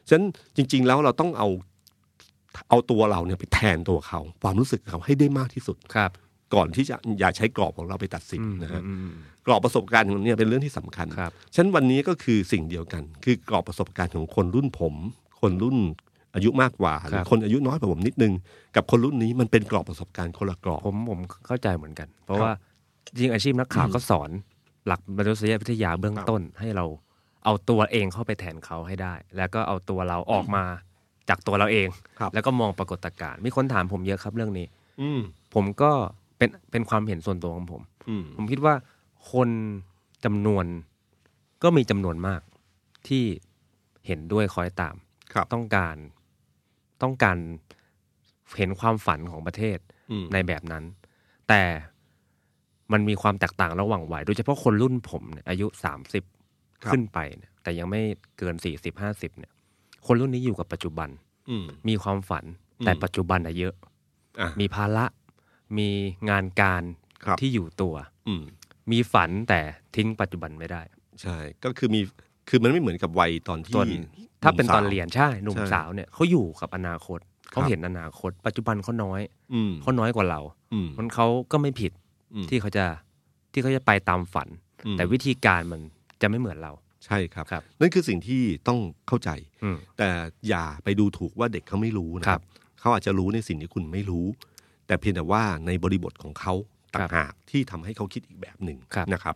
[SPEAKER 2] ฉะนั้นจริง ๆ แล้วเราต้องเอาเอาตัวเราเนี่ยไปแทนตัวเขา ความรู้สึกเขาให้ได้มากที่สุด
[SPEAKER 3] ครับ
[SPEAKER 2] ก่อนที่จะอย่าใช้กรอบของเราไปตัดสิน
[SPEAKER 3] อืม
[SPEAKER 2] นะ
[SPEAKER 3] อื
[SPEAKER 2] ฮะ
[SPEAKER 3] มอืม
[SPEAKER 2] กรอบประสบการณ์ของเนี่ยเป็นเรื่องที่สำคัญ
[SPEAKER 3] ครับ
[SPEAKER 2] ฉะนั้นวันนี้ก็คือสิ่งเดียวกัน คือกรอบประสบการณ์ของคนรุ่นผม คนรุ่นอายุมากกว่าหรือคนอายุน้อยกว่าผมนิดนึง กับคนรุ่นนี้มันเป็นกรอบประสบการณ์คนละกรอบ
[SPEAKER 3] ผมผมเข้าใจเหมือนกัน เพราะ
[SPEAKER 2] ครับ
[SPEAKER 3] ว่าจริงๆอาชีพนักข่าวก็สอนหลักมนุษยวิทยาเบื้อง
[SPEAKER 2] ครับ
[SPEAKER 3] ต้นให้เราเอาตัวเองเข้าไปแทนเขาให้ได้ แล้วก็เอาตัวเราออกมาจากตัวเราเอง
[SPEAKER 2] ครับ
[SPEAKER 3] แล้วก็มองปรากฏการณ์มีคนถามผมเยอะครับเรื่องนี้
[SPEAKER 2] อืม
[SPEAKER 3] ผมก็เป็นเป็นความเห็นส่วนตัวของผม
[SPEAKER 2] อืม
[SPEAKER 3] ผมคิดว่าคนจำนวนก็มีจำนวนมากที่เห็นด้วยคอยตาม
[SPEAKER 2] ครับ
[SPEAKER 3] ต้องการต้องการเห็นความฝันของประเทศ
[SPEAKER 2] อืม
[SPEAKER 3] ในแบบนั้น แต่มันมีความแตกต่างระหว่างวัยโดยเฉพาะคนรุ่นผมเนี่ยอายุสามสิบ
[SPEAKER 2] ครับ
[SPEAKER 3] ขึ้นไปเนี่ยแต่ยังไม่เกินสี่สิบห้าสิบเนี่ยคนรุ่นนี้อยู่กับปัจจุบัน
[SPEAKER 2] อืม
[SPEAKER 3] มีความฝันแต่
[SPEAKER 2] อืม
[SPEAKER 3] ปัจจุบันอะเยอะ
[SPEAKER 2] อ่ะ
[SPEAKER 3] มีภาระมีงานการ
[SPEAKER 2] ครับ
[SPEAKER 3] ที่อยู่ตัว
[SPEAKER 2] อืม
[SPEAKER 3] มีฝันแต่ทิ้งปัจจุบันไม่ได้
[SPEAKER 2] ใช่ ก็คือมีคือมันไม่เหมือนกับวัยตอนที่
[SPEAKER 3] ตอนถ้าเป็นตอ
[SPEAKER 2] ห
[SPEAKER 3] น
[SPEAKER 2] มสว
[SPEAKER 3] เรียนใช่หนุ่ม
[SPEAKER 2] ใช่
[SPEAKER 3] สาวเนี่ยเขาอยู่กับอนาคตเขา
[SPEAKER 2] ครับ
[SPEAKER 3] เห็นอนาคต ปัจจุบันเขาน้อย
[SPEAKER 2] อืม
[SPEAKER 3] เขาน้อยกว่าเรา
[SPEAKER 2] อืม
[SPEAKER 3] มันเขาก็ไม่ผิด
[SPEAKER 2] อืม
[SPEAKER 3] ที่เขาจะที่เขาจะไปตามฝัน
[SPEAKER 2] อืม
[SPEAKER 3] แต่วิธีการมันจะไม่เหมือนเรา
[SPEAKER 2] ใช่ครับ
[SPEAKER 3] ครับ
[SPEAKER 2] นั่นคือสิ่งที่ต้องเข้าใจ
[SPEAKER 3] อืม
[SPEAKER 2] แต่อย่าไปดูถูกว่าเด็กเขาไม่รู้นะค
[SPEAKER 3] ครั
[SPEAKER 2] รั
[SPEAKER 3] บบ
[SPEAKER 2] เขาอาจจะรู้ในสิ่งที่คุณไม่รู้ แต่เพียงแต่ว่าในบริบทของเขาต่างหากที่ทำให้เขาคิดอีกแบบหนึ่ง
[SPEAKER 3] ครับ
[SPEAKER 2] นะครับ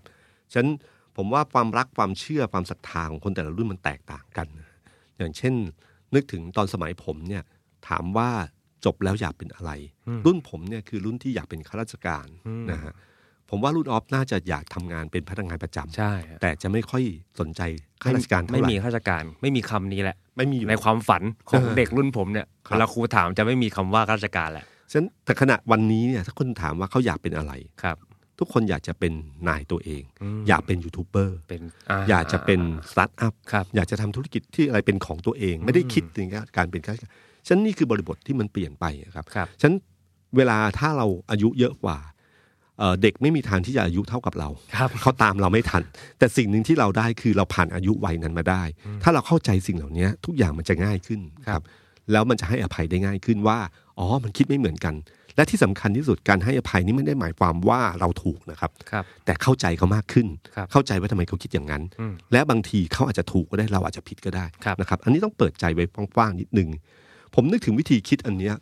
[SPEAKER 2] ฉะนั้นผมว่าความรักความเชื่อความศรัทธาของคนแต่ละรุ่นมันแตกต่างกันนะอย่างเช่น นึกถึงตอนสมัยผมเนี่ยถามว่าจบแล้วอยากเป็นอะไร รุ่นผมเนี่ยคือรุ่นที่อยากเป็นข้าราชการนะฮะผมว่ารุ่นออฟน่าจะอยากทำงานเป็นพนักงานประจำ
[SPEAKER 3] ใช่ฮะ
[SPEAKER 2] แต่จะไม่ค่อยสนใจข้าราชการเท่า
[SPEAKER 3] ไม่
[SPEAKER 2] ไหร่
[SPEAKER 3] มีข้าราชการไม่มีคำนี้แหละ
[SPEAKER 2] ไม่มีอยู่
[SPEAKER 3] ในความฝันของ
[SPEAKER 2] เออ
[SPEAKER 3] เด็กรุ่นผมเนี่ย
[SPEAKER 2] ครั
[SPEAKER 3] เว
[SPEAKER 2] บ
[SPEAKER 3] ลาครูถามจะไม่มีคำว่าข้าราชการแหละ
[SPEAKER 2] ฉะนั้นแต่ขณะวันนี้เนี่ยถ้าคนถามว่าเขาอยากเป็นอะไร
[SPEAKER 3] ครับ
[SPEAKER 2] ทุกคนอยากจะเป็นนายตัวเอง อยากเป็นยูทูบเบอร์
[SPEAKER 3] เป็น
[SPEAKER 2] อยากจะเป็นสตาร์ทอัพ
[SPEAKER 3] ครับ
[SPEAKER 2] อยากจะทำธุรกิจที่อะไรเป็นของตัวเอง ไม่ได้คิดถึงการเป็นข้าราชการฉะนั้นนี่คือบริบทที่มันเปลี่ยนไปอะครับ
[SPEAKER 3] ครับ
[SPEAKER 2] ฉะนั้นเวลาถ้าเราอายุเยอะกว่าเอ่อเด็กไม่มีทางที่จะอายุเท่ากับเรา
[SPEAKER 3] ครับ
[SPEAKER 2] เขาตามเราไม่ทัน แต่สิ่งหนึ่งที่เราได้คือเราผ่านอายุวัยนั้นมาได้ ถ้าเราเข้าใจสิ่งเหล่านี้ทุกอย่างมันจะง่ายขึ้นครับ แล้วมันจะให้อภัยได้ง่ายขึ้นว่า อ๋อ มันคิดไม่เหมือนกัน และที่สำคัญที่สุดการให้อภัยนี่ไม่ได้หมายความว่าเราถูกนะครับ
[SPEAKER 3] ครับ
[SPEAKER 2] แต่เข้าใจเขามากขึ้น
[SPEAKER 3] ครับ
[SPEAKER 2] เข้าใจว่าทำไมเขาคิดอย่างนั้น
[SPEAKER 3] อืม
[SPEAKER 2] และบางทีเขาอาจจะถูกก็ได้เราอาจจะผิดก็ได้
[SPEAKER 3] ครับ
[SPEAKER 2] นะครับ อันนี้ต้องเปิดใจไว้กว้างๆนิดนึง ผมนึกถึงวิธีคิดอันเนี้ย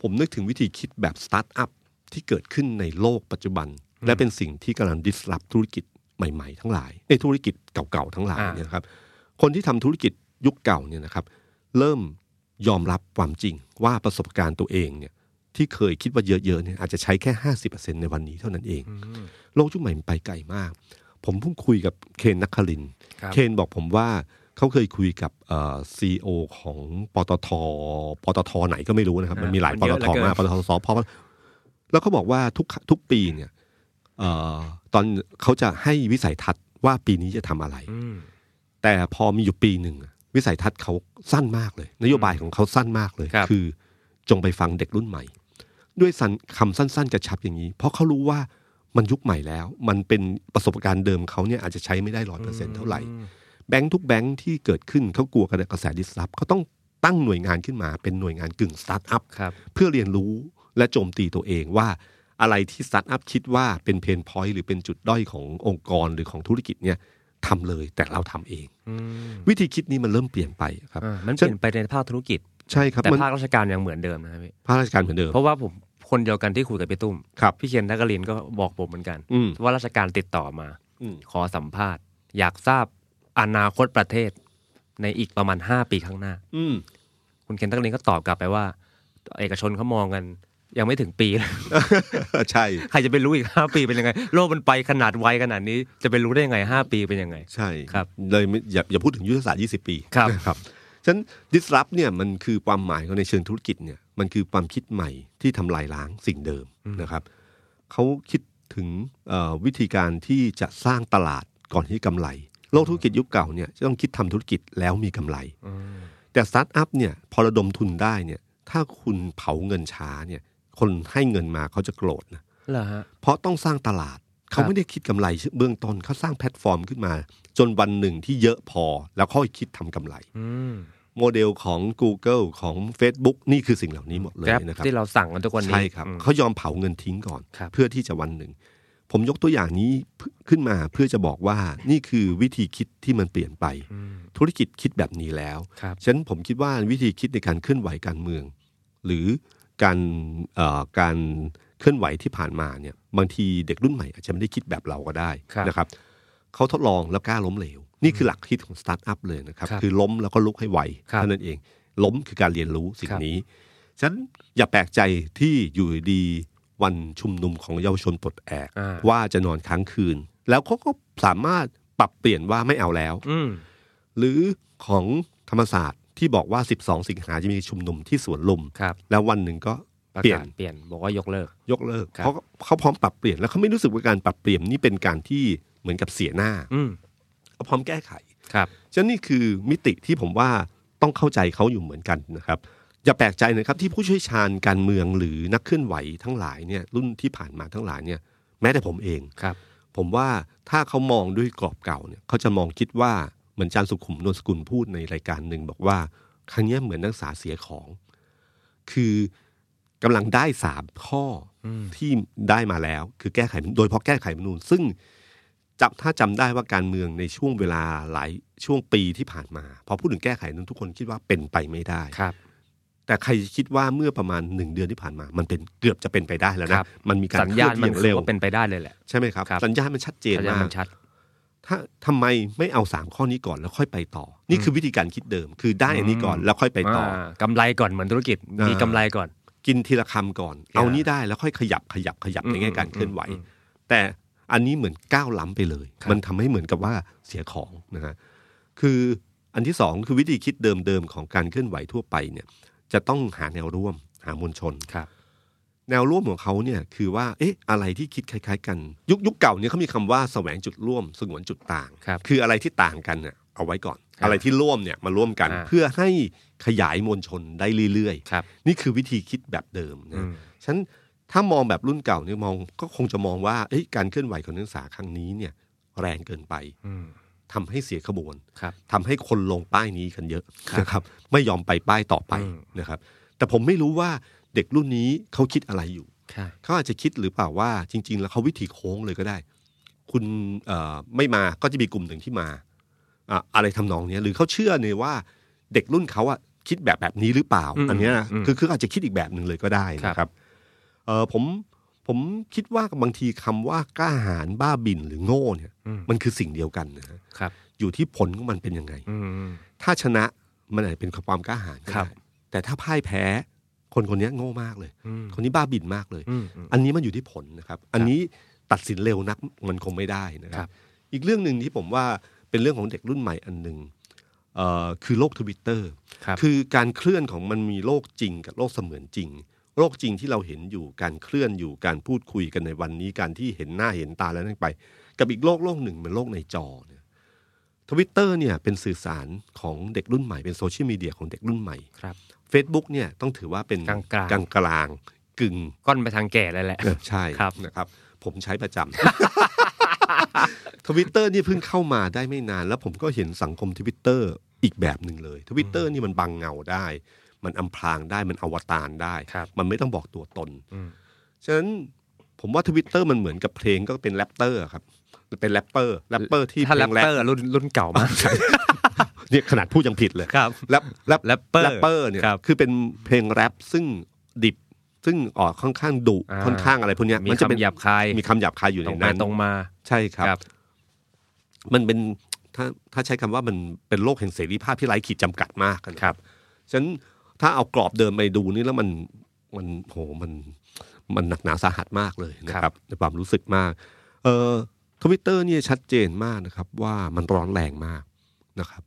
[SPEAKER 2] ผมนึกถึงวิธีคิดแบบสตาร์ทอัพที่เกิดขึ้นในโลกปัจจุบัน และเป็นสิ่งที่กำลัง disrupt ธุรกิจใหม่ๆ ทั้งหลายในธุรกิจเก่าๆทั้งหลาย
[SPEAKER 3] อ่า
[SPEAKER 2] เนี่ยนะครับ คนที่ทำธุรกิจยุคเก่าเนี่ยนะครับ เริ่มยอมรับความจริงว่าประสบการณ์ตัวเองเนี่ยที่เคยคิดว่าเยอะๆเนี่ยอาจจะใช้แค่ 50%ในวันนี้เท่านั้นเอง โลกยุคใหม่มันไปไกลมาก ผมเพิ่งคุยกับเคนนักคลินทร์
[SPEAKER 3] ครับ
[SPEAKER 2] เคนบอกผมว่าเขาเคยคุยกับซีโอ CEO ของปตทปตทไหนก็ไม่รู้นะครับ
[SPEAKER 3] อ่ามั
[SPEAKER 2] มันมีหลาย
[SPEAKER 3] มัน
[SPEAKER 2] ป
[SPEAKER 3] เย
[SPEAKER 2] ต
[SPEAKER 3] อะเห
[SPEAKER 2] ท
[SPEAKER 3] ลือเกิน
[SPEAKER 2] มากปตทสพแล้วเขาบอกว่าทุกทุกปีเนี่ยเอ่อตอนเขาจะให้วิสัยทัศน์ว่าปีนี้จะทำอะไร
[SPEAKER 3] อืม
[SPEAKER 2] แต่พอมีอยู่ปีหนึ่งอะวิสัยทัศน์เขาสั้นมากเลย นโยบายของเขาสั้นมากเลย
[SPEAKER 3] ครับ
[SPEAKER 2] อจงไปฟังเด็กรุ่นใหม่ ด้วยสันคำสั้นๆกระชับอย่างนี้ เพราะเขารู้ว่ามันยุคใหม่แล้ว มันเป็นประสบการณ์เดิมเขาเนี่ยอาจจะใช้ไม่ได้ร้อยเปอร์เซ็นเท่าไหร่ แบงค์ทุกแบงค์ที่เกิดขึ้นเขากลัวกระแสดิสรับเขาต้องตั้งหน่วยงานขึ้นมาเป็นหน่วยงานกึ่งสตาร์ทอัพ
[SPEAKER 3] ครับ
[SPEAKER 2] เพื่อเรียนรู้และโจมตีตัวเองว่าอะไรที่สตาร์ทอัพคิดว่าเป็นเพนพอยต์หรือเป็นจุดด้อยขององค์กรหรือของธุรกิจเนี่ยทำเลยแต่เราทำเอง
[SPEAKER 3] อืม
[SPEAKER 2] วิธีคิดนี้มันเริ่มเปลี่ยนไปครับ
[SPEAKER 3] อ่ามันเปลี่ยนไปในภาคธุรกิจ
[SPEAKER 2] ใช่ครับ
[SPEAKER 3] แต่
[SPEAKER 2] มัน
[SPEAKER 3] ภาคราชการยังเหมือนเดิมนะครับพี่
[SPEAKER 2] ภาคราชการเหมือนเดิม
[SPEAKER 3] เพราะว่าผมคนเดียวกันที่คุยกับพี่ตุ้ม
[SPEAKER 2] ครับ
[SPEAKER 3] พี่เคียนทักลินก็บอกผมเหมือนกัน
[SPEAKER 2] อืม
[SPEAKER 3] ว่าราชการติดต่อมา
[SPEAKER 2] อืม
[SPEAKER 3] ขอสัมภาษณ์ อยากทราบอนาคตประเทศ ในอีกประมาณ 5 ปีข้างหน้า
[SPEAKER 2] อืม
[SPEAKER 3] คุณเคียนทักลินก็ตอบกลับไปว่า เอกชนเขามองกัน ยังไม่ถึงปีเลย (laughs)
[SPEAKER 2] ใช่
[SPEAKER 3] ใครจะไปรู้อีก 5 ปีเป็นยังไง โลกมันไปขนาดไวขนาดนี้ จะไปรู้ได้ยังไง 5 ปีเป็นยังไง
[SPEAKER 2] ใช่
[SPEAKER 3] ครับ
[SPEAKER 2] เลยไม่อย่าอย่าพูดถึงยุทธศาสตร์ 20 ปี
[SPEAKER 3] ครับ
[SPEAKER 2] ครับฉะนั้น disrupt เนี่ยมันคือความหมายของในเชิงธุรกิจเนี่ยมันคือความคิดใหม่ที่ทำลายล้างสิ่งเดิมนะครับเขาคิดถึงเอ่อวิธีการที่จะสร้างตลาดก่อนที่กำไร โลกธุรกิจยุคเก่าเนี่ยจะต้องคิดทำธุรกิจแล้วมีกำไร แต่สตาร์ทอัพเนี่ยพอระดมทุนได้เนี่ยถ้าคุณเผาเงินช้าเนี่ยคนให้เงินมาเขาจะโกรธนะ
[SPEAKER 3] เหรอฮะ
[SPEAKER 2] เพราะต้องสร้างตลาด
[SPEAKER 3] ครับ
[SPEAKER 2] เขาไม่ได้คิดกำไรเบื้องต้นเขาสร้างแพลตฟอร์มขึ้นมา จนวันหนึ่งที่เยอะพอแล้วค่อยคิดทำกำไร
[SPEAKER 3] อืม
[SPEAKER 2] โมเดลของ Google ของ Facebook นี่คือสิ่งเหล่านี้หมดเลย
[SPEAKER 3] แกร็บ
[SPEAKER 2] นะครับ
[SPEAKER 3] ที่เราสั่งกันทุกวันนี้
[SPEAKER 2] ใช่ครับ
[SPEAKER 3] อืม
[SPEAKER 2] เขายอมเผาเงินทิ้งก่อน
[SPEAKER 3] ครับ
[SPEAKER 2] เพื่อที่จะวันหนึ่ง ผมยกตัวอย่างนี้เพื่อขึ้นมาเพื่อจะบอกว่านี่คือวิธีคิดที่มันเปลี่ยนไป
[SPEAKER 3] อืม
[SPEAKER 2] ธุรกิจคิดแบบนี้แล้ว
[SPEAKER 3] ครับ
[SPEAKER 2] ฉะนั้นผมคิดว่าวิธีคิดในการเคลื่อนไหวการเมือง หรือการเอ่อการเคลื่อนไหวที่ผ่านมาเนี่ยบางทีเด็กรุ่นใหม่อาจจะไม่ได้คิดแบบเราก็ได้
[SPEAKER 3] ครับ
[SPEAKER 2] นะครับเขาทดลองแล้วกล้าล้มเหลว นี่คือหลักคิดของสตาร์ทอัพเลยนะครับ
[SPEAKER 3] ครับ
[SPEAKER 2] อล้มแล้วก็ลุกให้ไว
[SPEAKER 3] ครับ
[SPEAKER 2] เท่านั้นเอง ล้มคือการเรียนรู้สิ่ง
[SPEAKER 3] ครับ
[SPEAKER 2] นี้ ฉะนั้นอย่าแปลกใจที่อยู่ดีๆวันชุมนุมของเยาวชนปลดแอก
[SPEAKER 3] อ่า
[SPEAKER 2] ว่าจะนอนค้างคืน แล้วเขาก็สามารถปรับเปลี่ยนว่าไม่เอาแล้ว
[SPEAKER 3] อืม
[SPEAKER 2] หรือของธรรมศาสตร์ที่บอกว่า 12 สิงหาจะมีชุมนุมที่สวนลุม
[SPEAKER 3] ครับ
[SPEAKER 2] แล้ววันหนึ่งก็
[SPEAKER 3] ประ
[SPEAKER 2] เปลี่ย
[SPEAKER 3] กาน ศเปลี่ยนบอกว่ายกเลิก
[SPEAKER 2] ยกเลิก
[SPEAKER 3] ครับ
[SPEAKER 2] เพราะเขาพร้อมปรับเปลี่ยนแล้วเขาไม่รู้สึกว่าการปรับเปลี่ยนนี่เป็นการที่เหมือนกับเสียหน้า
[SPEAKER 3] อืม
[SPEAKER 2] เขาพร้อมแก้ไข
[SPEAKER 3] ครับ
[SPEAKER 2] ฉะนั้นนี่คือมิติที่ผมว่าต้องเข้าใจเขาอยู่เหมือนกันนะครับ อย่าแปลกใจนะครับที่ผู้เชี่ยวชาญการเมืองหรือนักเคลื่อนไหวทั้งหลายเนี่ยรุ่นที่ผ่านมาทั้งหลายเนี่ยแม้แต่ผมเอง
[SPEAKER 3] ครับ
[SPEAKER 2] ผมว่าถ้าเขามองด้วยกรอบเก่าเนี่ยเขาจะมองคิดว่าเหมือนอาจารย์สุขุมนวลสกุลพูดในรายการหนึ่งบอกว่า ครั้งเนี้ยเหมือนนักศึกษาเสียของ คือกำลังได้สามข้ออที่ได้มาแล้ว คือแก้ไขโดยเฉพาะแก้ไขรัฐธรรมนูญซึ่งจับถ้าจำได้ว่าการเมืองในช่วงเวลาหลายช่วงปีที่ผ่านมาพอพูดถึงแก้ไขรัฐธรรมนูญทุกคนคิดว่าเป็นไปไม่ได้
[SPEAKER 3] ครับ
[SPEAKER 2] แต่ใครจะคิดว่าเมื่อประมาณหนึ่งเดือนที่ผ่านมา มันเป็นเกือบจะเป็นไปได้แล้ว
[SPEAKER 3] ครั
[SPEAKER 2] นะ
[SPEAKER 3] บ
[SPEAKER 2] มันมีการ
[SPEAKER 3] สัญญาณ
[SPEAKER 2] เคลื่อน ที่อ
[SPEAKER 3] มั
[SPEAKER 2] ย่าง
[SPEAKER 3] เร็
[SPEAKER 2] เร็
[SPEAKER 3] ว
[SPEAKER 2] ว
[SPEAKER 3] เป็นไปได้เลยแหละ
[SPEAKER 2] ใช่ไหมครับ
[SPEAKER 3] ครับ
[SPEAKER 2] สัญญาณมันชัดเจน
[SPEAKER 3] สัญญาณ
[SPEAKER 2] มาก
[SPEAKER 3] มันชัด
[SPEAKER 2] ถ้าทำไมไม่เอาสามข้อนี้ก่อนแล้วค่อยไปต่อ นี่คือวิธีการคิดเดิม คือได้อันนี้ก่อนแล้วค่อยไปต่อ
[SPEAKER 3] กำไรก่อนเหมือนธุรกิจ
[SPEAKER 2] อ่ามี
[SPEAKER 3] มีกำไรก่อน
[SPEAKER 2] กินทีละคำก่อน
[SPEAKER 3] อ่า
[SPEAKER 2] เอานี้ได้แล้วค่อยขยับขยับขยับ
[SPEAKER 3] อืม
[SPEAKER 2] ในแง่การเคลื่อนไหว
[SPEAKER 3] อืมอื
[SPEAKER 2] แต่อันนี้เหมือนก้าวล้ำไปเลย
[SPEAKER 3] ครับ
[SPEAKER 2] มันทำให้เหมือนกับว่าเสียของนะฮะคืออันที่สองคือวิธีคิดเดิมๆของการเคลื่อนไหวทั่วไปเนี่ย จะต้องหาแนวร่วม หามวลชน
[SPEAKER 3] ครับ
[SPEAKER 2] แนวร่วมของเขาเนี่ยคือว่าเอ๊ะอะไรที่คิดคล้าย ๆ กัน ยุคยุคเก่าเนี่ยเขามีคำว่าแสวงจุดร่วมสงวนจุดต่าง
[SPEAKER 3] ครับ
[SPEAKER 2] คืออะไรที่ต่างกันเนี่ยเอาไว้ก่อน
[SPEAKER 3] ครับ
[SPEAKER 2] อะไรที่ร่วมเนี่ยมาร่วมกัน
[SPEAKER 3] อ่า
[SPEAKER 2] เพื่อให้ขยายมวลชนได้เรื่อย
[SPEAKER 3] ครับ
[SPEAKER 2] ๆ นี่คือวิธีคิดแบบเดิม
[SPEAKER 3] อื
[SPEAKER 2] นะ
[SPEAKER 3] ม
[SPEAKER 2] ฉะนันถ้ามองแบบรุ่นเก่าเนี่ยมองก็คงจะมองว่าเอ๊ะการเคลื่อนไหวของนักศึกษาครั้งนี้เนี่ยแรงเกินไป
[SPEAKER 3] อืม
[SPEAKER 2] ทำให้เสียขบวน
[SPEAKER 3] ครับ
[SPEAKER 2] ทำให้คนลงป้ายนี้กันเยอะ
[SPEAKER 3] ครับ
[SPEAKER 2] นะครับไม่ยอมไปป้ายต่อไป
[SPEAKER 3] อืม
[SPEAKER 2] นะครับ แต่ผมไม่รู้ว่าเด็กรุ่นนี้เขาคิดอะไรอยู่
[SPEAKER 3] ใช่
[SPEAKER 2] เขาอาจจะคิดหรือเปล่าว่าจริง ๆ แล้วเขาวิธีโค้งเลยก็ได้ คุณเอ่อไม่มาก็จะมีกลุ่มหนึ่งที่มาอ่ะอะไรทำนองเนี้ยหรือเขาเชื่อเนี่ยว่าเด็กรุ่นเขาอะคิดแบบแบบนี้หรือเปล่าอันเนี้ยนะคือคืออาจจะคิดอีกแบบหนึ่งเลยก็ได้นะครับเออผมผมคิดว่าบางทีคำว่ากล้าหาญบ้าบินหรือโง่เนี่ยมันคือสิ่งเดียวกันนะฮะ
[SPEAKER 3] ครับ
[SPEAKER 2] อยู่ที่ผลของมันเป็นยังไง
[SPEAKER 3] อืม
[SPEAKER 2] ถ้าชนะมันอาจจะเป็นความกล้าหาญก็
[SPEAKER 3] ครั
[SPEAKER 2] ได้
[SPEAKER 3] บ
[SPEAKER 2] แต่ถ้าพ่ายแพ้คนคนเนี้ยโง่มากเลย
[SPEAKER 3] อืม
[SPEAKER 2] คนนี้บ้าบินมากเลย
[SPEAKER 3] อืมอืม
[SPEAKER 2] อันนี้มันอยู่ที่ผลนะครับ อันนี้ตัดสินเร็วนักมันคงไม่ได้นะค
[SPEAKER 3] ครั
[SPEAKER 2] รับ
[SPEAKER 3] บ
[SPEAKER 2] อีกเรื่องหนึ่งที่ผมว่าเป็นเรื่องของเด็กรุ่นใหม่อันหนึ่งเอ่อคือโลกทวิตเตอร์
[SPEAKER 3] ครับ
[SPEAKER 2] คือการเคลื่อนของมันมีโลกจริงกับโลกเสมือนจริง โลกจริงที่เราเห็นอยู่การเคลื่อนอยู่การพูดคุยกันในวันนี้การที่เห็นหน้าเห็นตาแล้วนั่นไป กับอีกโลกโลกหนึ่งเป็นโลกในจอเนี่ยทวิตเตอร์เนี่ยเป็นสื่อสารของเด็กรุ่นใหม่เป็นโซเชียลมีเดียของเด็กรุ่นใหม่
[SPEAKER 3] ครับ
[SPEAKER 2] Facebook เนี่ยต้องถือว่าเป็น
[SPEAKER 3] กลางๆ
[SPEAKER 2] กลางๆ กึ่ง
[SPEAKER 3] ก้อนไปทางแก่เลยแหละ
[SPEAKER 2] เออใช่
[SPEAKER 3] ครับ
[SPEAKER 2] นะครับ ผมใช้ประจ (laughs) ำ ทวิตเตอร์นี่เพิ่งเข้ามาได้ไม่นาน แล้วผมก็เห็นสังคมทวิตเตอร์อีกแบบหนึ่งเลยทวิตเตอร์นี่มันบังเงาได้ มันอำพรางได้มันอวตารได้
[SPEAKER 3] ครับ
[SPEAKER 2] มันไม่ต้องบอกตัวตน
[SPEAKER 3] อืม
[SPEAKER 2] ฉะนั้นผมว่าทวิตเตอร์มันเหมือนกับเพลงก็เป็นแรปเตอร์ครับ เป็นแรปเปอร์แรปเปอร์ที่
[SPEAKER 3] ถ้า
[SPEAKER 2] เพ
[SPEAKER 3] แร
[SPEAKER 2] ล
[SPEAKER 3] ป
[SPEAKER 2] งแรป
[SPEAKER 3] เตอร์รุ่นรุ่นเก่ามาก
[SPEAKER 2] เนี่ยขนาดพูดยังผิดเลย
[SPEAKER 3] ครับ
[SPEAKER 2] แรปแรป
[SPEAKER 3] แรปเปอร์
[SPEAKER 2] แรปเปอร์เนี่ย
[SPEAKER 3] ครับ
[SPEAKER 2] คือเป็นเพลงแรปซึ่งดิบซึ่งออกค่อนข้างดุ
[SPEAKER 3] อ่า
[SPEAKER 2] ค่อนข้างอะไรพวกเนี้ย
[SPEAKER 3] มี
[SPEAKER 2] มัจะเป็น
[SPEAKER 3] คำหยาบคาย
[SPEAKER 2] มีคำหยาบคายอยู่
[SPEAKER 3] ตร
[SPEAKER 2] ใน
[SPEAKER 3] งไป
[SPEAKER 2] นั้น
[SPEAKER 3] ตรงมา
[SPEAKER 2] ใช่ครับ มันเป็นถ้าถ้าใช้คำว่ามันเป็นโลกแห่งเสรีภาพที่ไร้ขีดจำกัดมากนะครับ ฉะนั้นถ้าเอากรอบเดิมไปดูนี่แล้วมันมันโหมันมันหนักหนาสาหัสมากเลยนะค
[SPEAKER 3] ครั
[SPEAKER 2] รับบ ในความรู้สึกมาก เอ่อทวิตเตอร์เนี่ยชัดเจนมากนะครับ ว่ามันร้อนแรงมากนะครับ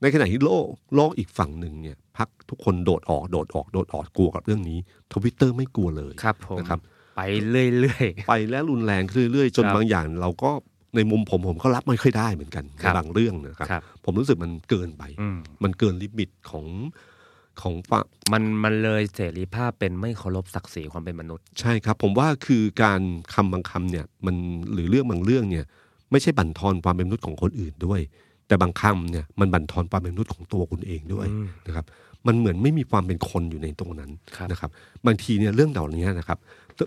[SPEAKER 2] ในขณะที่โลกโลกอีกฝั่งหนึ่งเนี่ยพักทุกคนโดดออกโดดออกโดดออกกลัวกับเรื่องนี้ทวิตเตอร์ไม่กลัวเลย
[SPEAKER 3] ครับผม
[SPEAKER 2] นะครับ
[SPEAKER 3] ไปเรื่อย
[SPEAKER 2] ไปและรุนแรงขึ้นเรื่อยๆ จน
[SPEAKER 3] ครับ
[SPEAKER 2] บางอย่างเราก็ในมุมผมผมก็รับไม่ค่อยได้เหมือนกัน
[SPEAKER 3] ครับ
[SPEAKER 2] ในบางเรื่องนะค
[SPEAKER 3] ครั
[SPEAKER 2] รับ ผมรู้สึกมันเกินไป
[SPEAKER 3] ๆอืม
[SPEAKER 2] มันเกินลิมิตของของฝา
[SPEAKER 3] มันมันเลยเสรีภาพเป็นไม่เคารพศักดิ์ศรีความเป็นมนุษย์
[SPEAKER 2] ใช่ครับ ผมว่าคือการคำบางคำเนี่ยมันหรือเรื่องบางเรื่องเนี่ย ไม่ใช่บั่นทอนความเป็นมนุษย์ของคนอื่นด้วย แต่บางคำเนี่ยมันบั่นทอนความเป็นมนุษย์ของตัวคุณเองด้วย
[SPEAKER 3] อืม
[SPEAKER 2] นะครับ มันเหมือนไม่มีความเป็นคนอยู่ในตรงนั้น
[SPEAKER 3] ครับ
[SPEAKER 2] นะครับบางทีเนี่ยเรื่องเหล่านี้นะครับ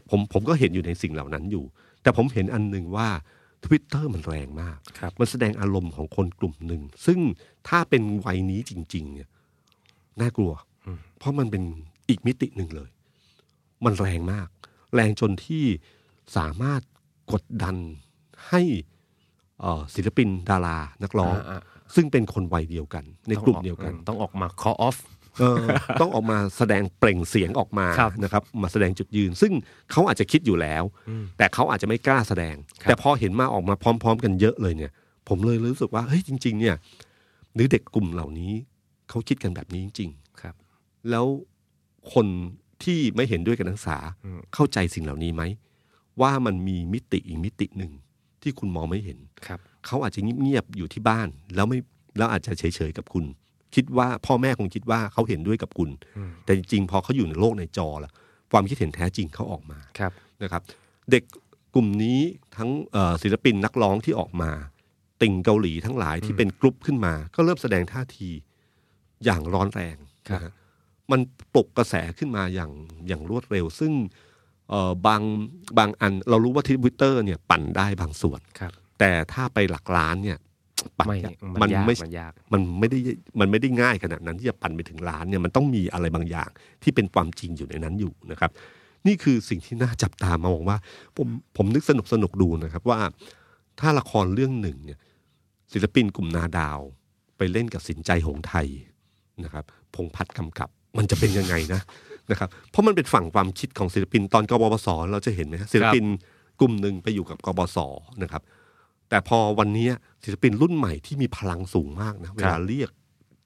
[SPEAKER 2] ผมผมก็เห็นอยู่ในสิ่งเหล่านั้นอยู่ แต่ผมเห็นอันหนึ่งว่าทวิตเตอร์มันแรงมาก
[SPEAKER 3] ครับ
[SPEAKER 2] มันแสดงอารมณ์ของคนกลุ่มหนึ่ง ซึ่งถ้าเป็นวัยนี้จริง ๆ เนี่ยน่ากลัว
[SPEAKER 3] อืม
[SPEAKER 2] เพราะมันเป็นอีกมิติหนึ่งเลย มันแรงมาก แรงจนที่สามารถกดดันให้เอ่อศิลปินดารานักร้อง
[SPEAKER 3] อ่า
[SPEAKER 2] ซึ่งเป็นคนวัยเดียวกัน ใน
[SPEAKER 3] ๆ
[SPEAKER 2] กลุ่มเดียวกัน
[SPEAKER 3] อืมต้องออกมา call off
[SPEAKER 2] เออต้องออกมาแสดงเปล่งเสียงออกมา
[SPEAKER 3] ครับ
[SPEAKER 2] นะครับ มาแสดงจุดยืน ซึ่งเขาอาจจะคิดอยู่แล้ว
[SPEAKER 3] อืม
[SPEAKER 2] แต่เขาอาจจะไม่กล้าแสดง
[SPEAKER 3] ครับ
[SPEAKER 2] แต่พอเห็นมาออกมาพร้อม ๆ กันเยอะเลยเนี่ย ผมเลยรู้สึกว่าเฮ้ยจริง ๆ เนี่ยหรือเด็กกลุ่มเหล่านี้เขาคิดกันแบบนี้จริง
[SPEAKER 3] ครับ
[SPEAKER 2] ๆ แล้วคนที่ไม่เห็นด้วยกับนักศึกษา
[SPEAKER 3] อืม
[SPEAKER 2] เข้าใจสิ่งเหล่านี้ไหมว่ามันมีมิติอีกมิติหนึ่งที่คุณมองไม่เห็น
[SPEAKER 3] ครับ
[SPEAKER 2] เขาอาจจะเงียบๆอยู่ที่บ้าน แล้วไม่แล้วอาจจะเฉยๆกับคุณ คิดว่าพ่อแม่คงคิดว่าเขาเห็นด้วยกับคุณ
[SPEAKER 3] อืม
[SPEAKER 2] แต่จริงๆ พอเขาอยู่ในโลกในจอละความคิดเห็นแท้จริงเขาออกมา
[SPEAKER 3] ครับ
[SPEAKER 2] นะครับ เด็กกลุ่มนี้ทั้งเอ่อศิลปินนักร้องที่ออกมา ติ่งเกาหลีทั้งหลายที่เป็นกลุ่มขึ้นมา ก็เริ่มแสดงท่าทีอย่างร้อนแรง
[SPEAKER 3] ครับ
[SPEAKER 2] นะฮะมันปลุกกระแสขึ้นมาอย่างอย่างรวดเร็ว ซึ่งเอ่อบางบางอันเรารู้ว่าทวิตเตอร์เนี่ยปั่นได้บางส่วน
[SPEAKER 3] ครับ
[SPEAKER 2] แต่ถ้าไปหลักล้านเนี่ยปั่น
[SPEAKER 3] ไม่
[SPEAKER 2] ยาก
[SPEAKER 3] มั
[SPEAKER 2] มัน น
[SPEAKER 3] ยาก
[SPEAKER 2] ไม่
[SPEAKER 3] มันยาก
[SPEAKER 2] มันไม่ได้มันไม่ได้ง่ายขนาดนั้นที่จะปั่นไปถึงล้านเนี่ยมันต้องมีอะไรบางอย่างที่เป็นความจริงอยู่ในนั้นอยู่นะครับ นี่คือสิ่งที่น่าจับตามองว่า ผมผมนึกสนุกสนุกๆดูนะครับว่า ถ้าละครเรื่องหนึ่งเนี่ยศิลปินกลุ่มนาดาว ไปเล่นกับสินใจหงไทยนะครับพงษ์พัฒน์กำกับ มันจะเป็นยังไงนะนะครับเพราะมันเป็นฝั่งความคิดของศิลปินตอนกบพศเราจะเห็นไหมฮะศิลปินกลุ่มหนึ่งไปอยู่กับกบศนะครับ แต่พอวันนี้ศิลปินรุ่นใหม่ที่มีพลังสูงมากนะเวลาเรียก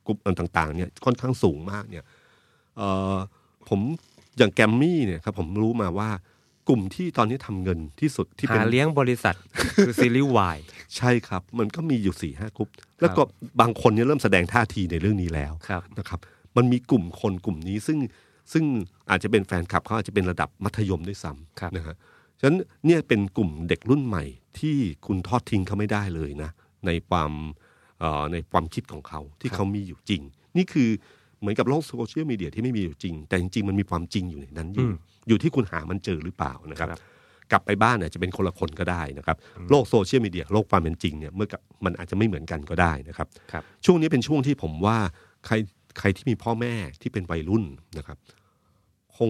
[SPEAKER 2] กลุ่มต่างๆเนี่ยค่อนข้างสูงมากเนี่ยเอ่อผมอย่างแกรมมี่เนี่ยครับผมรู้มาว่ากลุ่มที่ตอนนี้ทำเงินที่สุดที่
[SPEAKER 3] หา
[SPEAKER 2] เป็น
[SPEAKER 3] เลี้ยงบริษัท คือซีรีส์วาย
[SPEAKER 2] ใช่ครับ มันก็มีอยู่สี่ห้ากลุ่มแล้วก็บางคนเนี่ยเริ่มแสดงท่าทีในเรื่องนี้แล้ว
[SPEAKER 3] ครับ
[SPEAKER 2] นะครับ มันมีกลุ่มคนกลุ่มนี้ซึ่งซึ่งอาจจะเป็นแฟนคลับเขาอาจจะเป็นระดับมัธยมด้วยซ้
[SPEAKER 3] ครับ
[SPEAKER 2] ำนะฮะฉะนั้นเนี่ยเป็นกลุ่มเด็กรุ่นใหม่ที่คุณทอดทิ้งเขาไม่ได้เลยนะ ในความเอ่อในความคิดของเขาที่เขามีอยู่จริง นี่คือเหมือนกับโลกโซเชียลมีเดียที่ไม่มีอยู่จริง แต่จริงๆมันมีความจริงอยู่ในนั้นอยู่อยู่ที่คุณหามันเจอหรือเปล่านะครับ กลับไปบ้านอาจจะเป็นคนละคนก็ได้นะครับ โลกโซเชียลมีเดียโลกความเป็นจริงเนี่ยเมื่อกับมันอาจจะไม่เหมือนกันก็ได้นะครับ
[SPEAKER 3] ครับ
[SPEAKER 2] ช่วงนี้เป็นช่วงที่ผมว่าใครใครที่มีพ่อแม่ที่เป็นวัยรุ่นนะครับ คง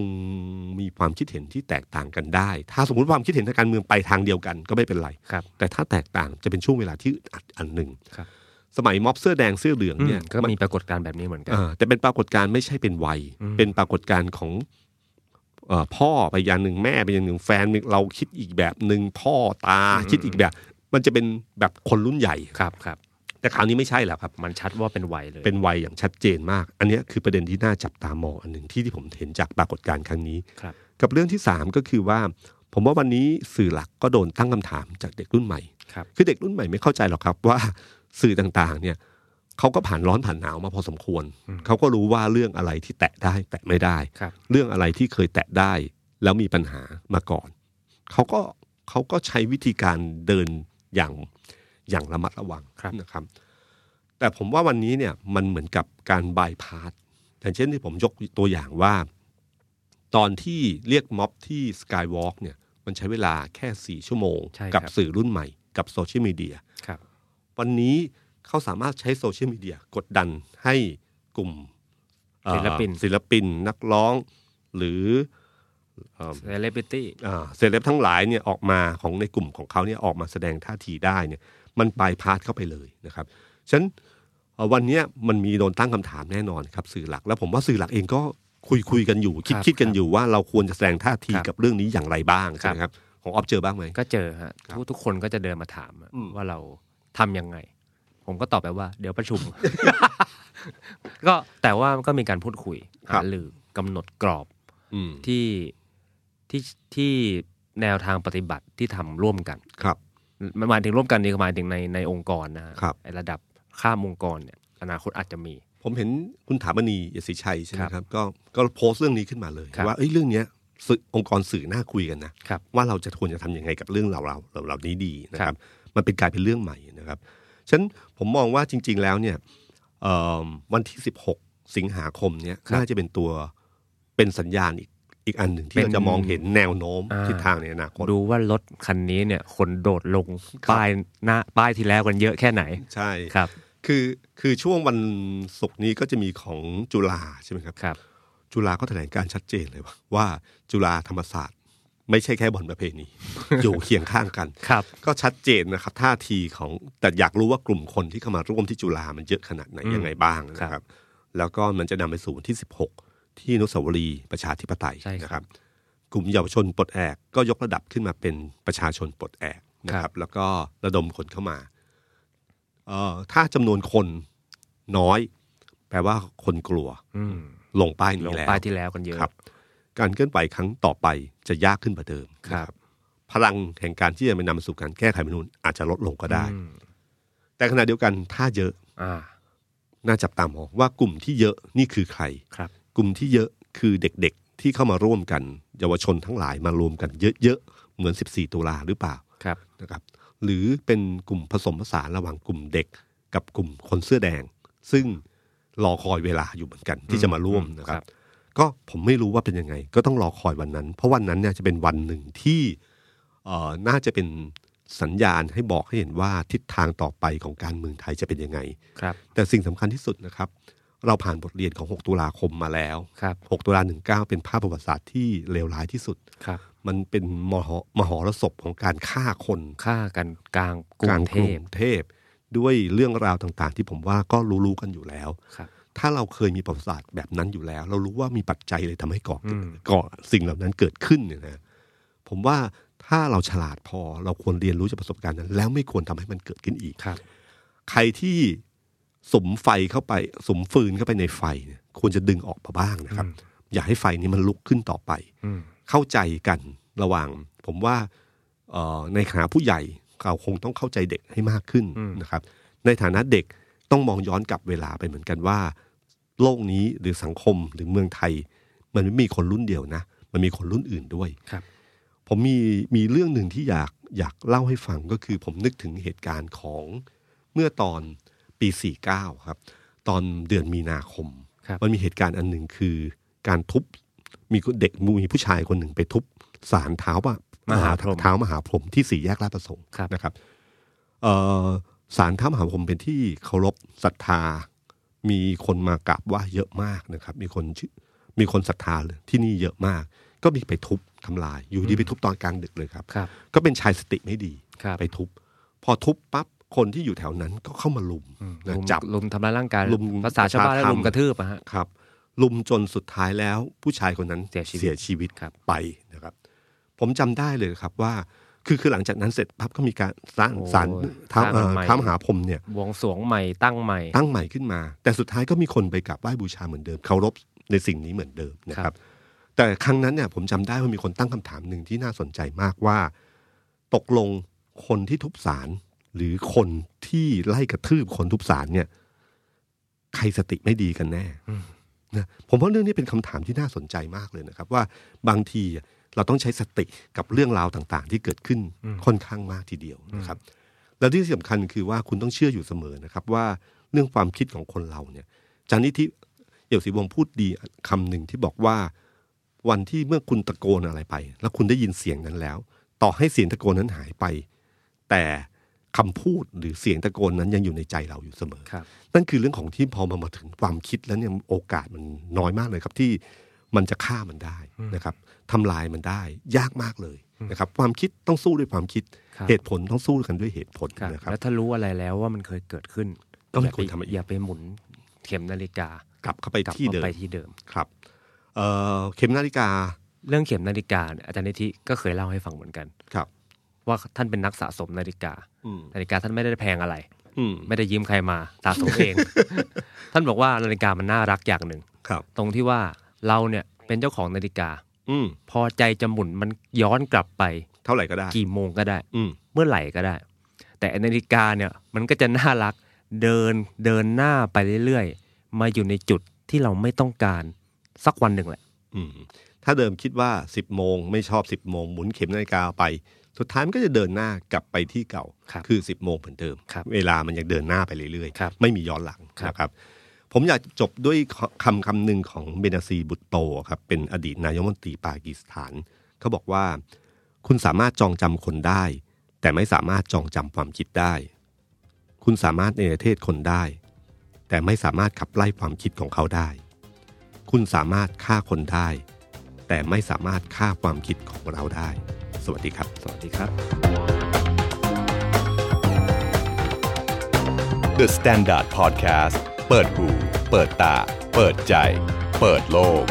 [SPEAKER 2] มีความคิดเห็นที่แตกต่างกันได้ ถ้าสมมติความคิดเห็นทางการเมืองไปทางเดียวกันก็ไม่เป็นไร
[SPEAKER 3] ครับ
[SPEAKER 2] แต่ถ้าแตกต่างจะเป็นช่วงเวลาที่อึดอัดอันหนึ่ง
[SPEAKER 3] ครับ
[SPEAKER 2] สมัยม็อบเสื้อแดงเสื้อเหลือง
[SPEAKER 3] อืม
[SPEAKER 2] เนี่ย
[SPEAKER 3] ก็
[SPEAKER 2] มัน
[SPEAKER 3] มีปรากฏการณ์แบบนี้เหมือนกัน
[SPEAKER 2] อ่าแต่เป็นปรากฏการณ์ไม่ใช่เป็นวัย
[SPEAKER 3] อืม
[SPEAKER 2] เป็นปรากฏการณ์ของเอ่อพ่อไปอย่างหนึ่งแม่ไปอย่างหนึ่งแฟนเราคิดอีกแบบหนึ่งพ่อตา
[SPEAKER 3] อืม
[SPEAKER 2] คิดอีกแบบ มันจะเป็นแบบคนรุ่นใหญ่
[SPEAKER 3] ครับครับ
[SPEAKER 2] แต่คราวนี้ไม่ใช่แล้วครับ
[SPEAKER 3] มันชัดว่าเป็นวัยเลย
[SPEAKER 2] เป็นวัยอย่างชัดเจนมาก อันเนี้ยคือประเด็นที่น่าจับตามองอันหนึ่งที่ที่ผมเห็นจากปรากฏการณ์ครั้งนี้
[SPEAKER 3] ครับ
[SPEAKER 2] กับเรื่องที่สามก็คือว่า ผมว่าวันนี้สื่อหลักก็โดนตั้งคำถามจากเด็กรุ่นใหม่
[SPEAKER 3] ครับ
[SPEAKER 2] คือเด็กรุ่นใหม่ไม่เข้าใจหรอกครับว่าสื่อต่างๆ เนี่ยเขาก็ผ่านร้อนผ่านหนาวมาพอสมควร
[SPEAKER 3] อืม
[SPEAKER 2] เขาก็รู้ว่าเรื่องอะไรที่แตะได้ แตะไม่ได้
[SPEAKER 3] ครับ
[SPEAKER 2] เรื่องอะไรที่เคยแตะได้ แล้วมีปัญหามาก่อนเขาก็เขาก็ใช้วิธีการเดินอย่างอย่างระมัดระวัง
[SPEAKER 3] ครับ
[SPEAKER 2] นะครับ แต่ผมว่าวันนี้เนี่ยมันเหมือนกับการบายพาสอย่างเช่นที่ผมยกตัวอย่างว่า ตอนที่เรียกม็อบที่สกายวอล์กเนี่ยมันใช้เวลาแค่สี่ชั่วโมง
[SPEAKER 3] ใช่ครับ
[SPEAKER 2] กัสื่อรุ่นใหม่กับโซเชียลมีเดีย
[SPEAKER 3] ครับ
[SPEAKER 2] วันนี้เขาสามารถใช้โซเชียลมีเดียกดดันให้กลุ่มเอ่อ
[SPEAKER 3] ศิลปิน
[SPEAKER 2] ศิลปินนักร้องหรือเอ่อ
[SPEAKER 3] เซเลบริตี้
[SPEAKER 2] อ่าเซเลบทั้งหลายเนี่ยออกมาของในกลุ่มของเขาเนี่ยออกมาแสดงท่าทีได้เนี่ยมันปลายพาดเข้าไปเลยนะครับฉะนั้นเอ่อวันเนี้ยมันมีโดนตั้งคำถามแน่นอนครับสื่อหลัก แล้วผมว่าสื่อหลักเองก็คุยคุยกันอยู่ คิด
[SPEAKER 3] ครับ
[SPEAKER 2] คิดกันอยู่ว่าเราควรจะแสดงท่าที
[SPEAKER 3] ครับ
[SPEAKER 2] กับเรื่องนี้อย่างไรบ้างใช่ไหม
[SPEAKER 3] ค
[SPEAKER 2] ครั
[SPEAKER 3] รั
[SPEAKER 2] บ บของออฟเจอบ้างไหม
[SPEAKER 3] ก็เจอฮะทุกทุกคนก็จะเดินมาถามอะ
[SPEAKER 2] อืม
[SPEAKER 3] ว่าเราทำยังไง ผมก็ตอบไปว่า เดี๋ยวประชุ
[SPEAKER 2] (laughs)
[SPEAKER 3] ม ก็แต่ว่ามันก็มีการพูดคุยหารือกำหนดกรอบ
[SPEAKER 2] อืม
[SPEAKER 3] ที่ที่ที่แนวทางปฏิบัติที่ทำร่วมกัน
[SPEAKER 2] ครับ
[SPEAKER 3] มันหมายถึงร่วมกันนี่ก็หมายถึงในในองค์กรนะฮะ
[SPEAKER 2] ครับ
[SPEAKER 3] ไอ้ระดับข้ามองค์กรเนี่ย อนาคตอาจจะมี
[SPEAKER 2] ผมเห็นคุณถามณียศรีชัยใช่ไหม
[SPEAKER 3] ครับ
[SPEAKER 2] ครับก็ก็โพสต์เรื่องนี้ขึ้นมาเลย
[SPEAKER 3] ครับ
[SPEAKER 2] ว่าเอ้ยเรื่องเนี้ยสื่อองค์กรสื่อน่าคุยกันนะ
[SPEAKER 3] ครับ
[SPEAKER 2] ว่าเราจะควรจะทำยังไงกับเรื่องเราเราเราเหล่านี้ดีนะครับ มันเป็นกลายเป็นเรื่องใหม่นะครับฉะนั้นผมมองว่าจริง ๆ แล้วเนี่ยเอิ่มวันที่ 16 สิงหาคมเนี่ย
[SPEAKER 3] ครับ
[SPEAKER 2] น่าจะเป็นตัวเป็นสัญญาณอีกอีกอันหนึ่งที่
[SPEAKER 3] เป็น
[SPEAKER 2] เราจะมองเห็นแนวโน้ม
[SPEAKER 3] อ่า
[SPEAKER 2] ทิศทางในอนาคต
[SPEAKER 3] ดูว่ารถคันนี้เนี่ย คนโดดลงป้ายหน้าป้ายที่แล้วกันเยอะแค่ไหน
[SPEAKER 2] ใช่
[SPEAKER 3] ครับ
[SPEAKER 2] คือคือช่วงวันศุกร์นี้ก็จะมีของจุฬาใช่ไหมครับ
[SPEAKER 3] ครับ
[SPEAKER 2] จุฬาก็แถลงการชัดเจนเลยว่าว่าจุฬาธรรมศาสตร์ ไม่ใช่แค่บอลประเพณี (laughs) อยู่เคียงข้างกัน
[SPEAKER 3] ครับ
[SPEAKER 2] ก็ชัดเจนนะครับท่าทีของแต่อยากรู้ว่ากลุ่มคนที่เข้ามาร่วมที่จุฬามันเยอะขนาดไหน
[SPEAKER 3] อืม
[SPEAKER 2] ยังไงบ้างนะค
[SPEAKER 3] ครั
[SPEAKER 2] รั
[SPEAKER 3] บบ
[SPEAKER 2] แล้วก็มันจะนำไปสู่วันที่ 16 ที่อนุสาวรีย์ประชาธิปไตย
[SPEAKER 3] ใช่ครับ
[SPEAKER 2] นะครับ กลุ่มเยาวชนปลดแอกก็ยกระดับขึ้นมาเป็นประชาชนปลดแอกนะค
[SPEAKER 3] ครั
[SPEAKER 2] รับ บ แล้วก็ระดมคนเข้ามาเอ่อถ้าจำนวนคนน้อย แปลว่าคนกลัว
[SPEAKER 3] อืม
[SPEAKER 2] ลงป้าย
[SPEAKER 3] ล
[SPEAKER 2] นี้
[SPEAKER 3] ง
[SPEAKER 2] แล้ว
[SPEAKER 3] ป้ายที่แล้วกันเยอะ
[SPEAKER 2] ครับการเคลื่อนไหวครั้งต่อไปจะยากขึ้นกว่าเดิม
[SPEAKER 3] ครับ
[SPEAKER 2] นะพลังแห่งการที่จะไปนำสู่การแก้ไขรัฐธรรมนูญอาจจะลดลงก็ได้
[SPEAKER 3] อืม
[SPEAKER 2] แต่ขณะเดียวกันถ้าเยอะ
[SPEAKER 3] อ่า
[SPEAKER 2] น่าจับตามองว่ากลุ่มที่เยอะนี่คือใคร
[SPEAKER 3] ครับ
[SPEAKER 2] กลุ่มที่เยอะคือเด็กๆ ที่เข้ามาร่วมกัน เยาวชนทั้งหลายมารวมกันเยอะๆ เหมือน 14 ตุลาหรือเปล่า
[SPEAKER 3] ครับ
[SPEAKER 2] นะครับหรือเป็นกลุ่มผสมผสานระหว่างกลุ่มเด็กกับกลุ่มคนเสื้อแดง ซึ่งรอคอยเวลาอยู่เหมือนกันที่จะมาร่วม
[SPEAKER 3] อื
[SPEAKER 2] นะครับ ก็ผมไม่รู้ว่าเป็นยังไง ก็ต้องรอคอยวันนั้น เพราะวันนั้นเนี่ยจะเป็นวันหนึ่งที่เอ่อน่าจะเป็นสัญญาณให้บอกให้เห็นว่าทิศทางต่อไปของการเมืองไทยจะเป็นยังไง
[SPEAKER 3] ครับ
[SPEAKER 2] แต่สิ่งสำคัญที่สุดนะครับ เราผ่านบทเรียนของ 6 ตุลาคมมาแล้ว
[SPEAKER 3] ครับ
[SPEAKER 2] 6 ตุลา19 เป็นภาพประวัติศาสตร์ที่เลวร้ายที่สุด
[SPEAKER 3] ครับ
[SPEAKER 2] มันเป็นมหมหรสพของการฆ่าคน
[SPEAKER 3] ฆ่ากันกลางกรุ
[SPEAKER 2] กลาง งก
[SPEAKER 3] เท
[SPEAKER 2] รุ
[SPEAKER 3] พ
[SPEAKER 2] งเทพ ด้วยเรื่องราวต่างๆ ที่ผมว่าก็รู้ๆกันอยู่แล้ว
[SPEAKER 3] ครับ
[SPEAKER 2] ถ้าเราเคยมีประวัติศาสตร์แบบนั้นอยู่แล้ว เรารู้ว่ามีปัจจัยอะไรทำให้ก่ออ
[SPEAKER 3] ม
[SPEAKER 2] ก่อสิ่งเหล่านั้นเกิดขึ้นเนี่ยนะผมว่าถ้าเราฉลาดพอเราควรเรียนรู้จากประสบการณ์นั้น แล้วไม่ควรทำให้มันเกิดขึ้นอีก
[SPEAKER 3] ครับ
[SPEAKER 2] ใครที่สมไฟเข้าไปสมฟืนเข้าไปในไฟเนี่ยควรจะดึงออกมาบ้างนะครับ อย่าให้ไฟนี้มันลุกขึ้นต่อไป
[SPEAKER 3] อืม
[SPEAKER 2] เข้าใจกันระหว่าง ผมว่าเอ่อในฐานะผู้ใหญ่เราคงต้องเข้าใจเด็กให้มากขึ้นนะครับ ในฐานะเด็กต้องมองย้อนกลับเวลาไปเหมือนกันว่า โลกนี้หรือสังคมหรือเมืองไทย มันไม่มีคนรุ่นเดียวนะ มันมีคนรุ่นอื่นด้วย
[SPEAKER 3] ครับ
[SPEAKER 2] ผมมีมีเรื่องหนึ่งที่อยากอยากเล่าให้ฟังก็คือผมนึกถึงเหตุการณ์ของเมื่อตอนปี 49 ครับ ตอนเดือนมีนาคม
[SPEAKER 3] ครับ
[SPEAKER 2] มันมีเหตุการณ์อันหนึ่งคือการทุบมีเด็กมีผู้ชายคนหนึ่งไปทุบสารเท้าปะเท้ามหาพรหมที่สี่แยกลาดประสงค์
[SPEAKER 3] ครับ
[SPEAKER 2] นะครับเอ่อสารเท้ามหาพรหมเป็นที่เคารพศรัทธา มีคนมากราบไหว่าเยอะมากนะครับ มีคนชื่อมีคนศรัทธาเลยที่นี่เยอะมาก ก็มีไปทุบทำลาย อยู่ดีไปทุบตอนกลางดึกเลยครับ
[SPEAKER 3] ครับ
[SPEAKER 2] ก็เป็นชายสติไม่ดี
[SPEAKER 3] ครับ
[SPEAKER 2] ไปทุบ พอทุบปั๊บคนที่อยู่แถวนั้นก็เข้ามาลุมนะ
[SPEAKER 3] ลุม
[SPEAKER 2] จับ
[SPEAKER 3] ลุมทำร้ายร่างกาย
[SPEAKER 2] ลุม
[SPEAKER 3] ภาษาชาวบ้าน
[SPEAKER 2] ป
[SPEAKER 3] แล้ว
[SPEAKER 2] ระชาธรรม
[SPEAKER 3] ลุมกระทืบอะฮะ
[SPEAKER 2] ครับลุมจนสุดท้ายแล้ว ผู้ชายคนนั้น
[SPEAKER 3] เสียชีวิต
[SPEAKER 2] วิต
[SPEAKER 3] ครับ
[SPEAKER 2] ไปนะครับ ผมจำได้เลยครับว่า คือคือหลังจากนั้นเสร็จปั๊บก็มีการสร้างสารท้าวเอ่อท้าวมหาพรหมเนี่ย
[SPEAKER 3] บวงสรวงใหม่ตั้งใหม่
[SPEAKER 2] ตั้งใหม่ขึ้นมา แต่สุดท้ายก็มีคนไปกราบไหว้บูชาเหมือนเดิมเคารพในสิ่งนี้เหมือนเดิมนะค
[SPEAKER 3] ครั
[SPEAKER 2] รับ บ แต่ครั้งนั้นเนี่ยผมจำได้ว่ามีคนตั้งคำถามหนึ่งที่น่าสนใจมากว่า ตกลงคนที่ทุบสารหรือคนที่ไล่กระทืบคนทุบสารเนี่ย ใครสติไม่ดีกันแน่นะผมว่าเรื่องนี้เป็นคำถามที่น่าสนใจมากเลยนะครับ ว่าบางทีอะ เราต้องใช้สติกับเรื่องราวต่างๆ ที่เกิดขึ้นค่อนข้างมากทีเดียวนะครับ และที่สำคัญคือว่าคุณต้องเชื่ออยู่เสมอนะครับ ว่าเรื่องความคิดของคนเราเนี่ยอาจารย์นิธิเอี่ยวศรีวงศ์พูดดีคำหนึ่งที่บอกว่าวันที่เมื่อคุณตะโกนอะไรไป แล้วคุณได้ยินเสียงนั้นแล้ว ต่อให้เสียงตะโกนนั้นหายไป แต่คำพูดหรือเสียงตะโกนนั้นยังอยู่ในใจเราอยู่เสมอ
[SPEAKER 3] ครับ
[SPEAKER 2] นั่นคือเรื่องของที่พอมามาถึงความคิดแล้วเนี่ยโอกาสมันน้อยมากเลยครับที่มันจะฆ่ามันได้นะครับทำลายมันได้ยากมากเลยนะครับ ความคิดต้องสู้ด้วยความคิด
[SPEAKER 3] ครับ
[SPEAKER 2] เหตุผลต้องสู้กันด้วยเหตุผล
[SPEAKER 3] ครับ
[SPEAKER 2] นะครับ
[SPEAKER 3] แล้วถ้ารู้อะไรแล้วว่ามันเคยเกิดขึ้น
[SPEAKER 2] ก็ไม่
[SPEAKER 3] ย่า
[SPEAKER 2] ควร
[SPEAKER 3] ป
[SPEAKER 2] ทำอีก
[SPEAKER 3] อย่าไปหมุนเข็มนาฬิกาก
[SPEAKER 2] ลับเข้าไป
[SPEAKER 3] กลับ
[SPEAKER 2] ที่
[SPEAKER 3] มา
[SPEAKER 2] เดิม
[SPEAKER 3] ไปที่เดิม
[SPEAKER 2] ครับเอ่อเข็มนาฬิกา
[SPEAKER 3] เรื่องเข็มนาฬิกาเนี่ยอาจารย์นิธิก็เคยเล่าให้ฟังเหมือนกัน
[SPEAKER 2] ครับ
[SPEAKER 3] ว่าท่านเป็นนักสะสมนาฬิกา
[SPEAKER 2] อืม
[SPEAKER 3] นาฬิกาท่านไม่ได้แพงอะไร
[SPEAKER 2] อืม
[SPEAKER 3] ไม่ได้ยืมใครมาสะสมเอง (laughs) ท่านบอกว่านาฬิกามันน่ารักอย่างหนึ่ง
[SPEAKER 2] ครับ
[SPEAKER 3] ตรงที่ว่าเราเนี่ยเป็นเจ้าของนาฬิกา
[SPEAKER 2] อืม
[SPEAKER 3] พอใจจะหมุนมันย้อนกลับไป
[SPEAKER 2] เท่าไหร่ก็ได้
[SPEAKER 3] กี่โมงก็ได้
[SPEAKER 2] อืม
[SPEAKER 3] เมื่อไหร่ก็ได้ แต่ไอ้นาฬิกาเนี่ยมันก็จะน่ารักเดินเดินหน้าไปเรื่อยๆ มาอยู่ในจุดที่เราไม่ต้องการสักวันหนึ่งแหละ
[SPEAKER 2] อืมถ้าเดิมคิดว่าสิบโมงไม่ชอบสิบโมงหมุนเข็มนาฬิกาไป สุดท้ายมันก็จะเดินหน้ากลับไปที่เก่า
[SPEAKER 3] ครับ
[SPEAKER 2] อสิบโมงเหมือนเดิม
[SPEAKER 3] ครับ
[SPEAKER 2] เวลามันยังเดินหน้าไปเรื่อย
[SPEAKER 3] ครับ
[SPEAKER 2] ไม่มีย้อนหลัง
[SPEAKER 3] ครับ
[SPEAKER 2] นะครับ ผมอยากจบด้วยคำคำหนึ่งของเบนาซีบุตโตครับ เป็นอดีตนายกรัฐมนตรีปากีสถาน เขาบอกว่า คุณสามารถจองจำคนได้ แต่ไม่สามารถจองจำความคิดได้ คุณสามารถเนรเทศคนได้ แต่ไม่สามารถขับไล่ความคิดของเขาได้ คุณสามารถฆ่าคนได้ แต่ไม่สามารถฆ่าความคิดของเราได้ สวัสดีครับ
[SPEAKER 3] สวัสดีครับ
[SPEAKER 1] The Standard Podcast เปิดหูเปิดตา เปิดใจ เปิดโลก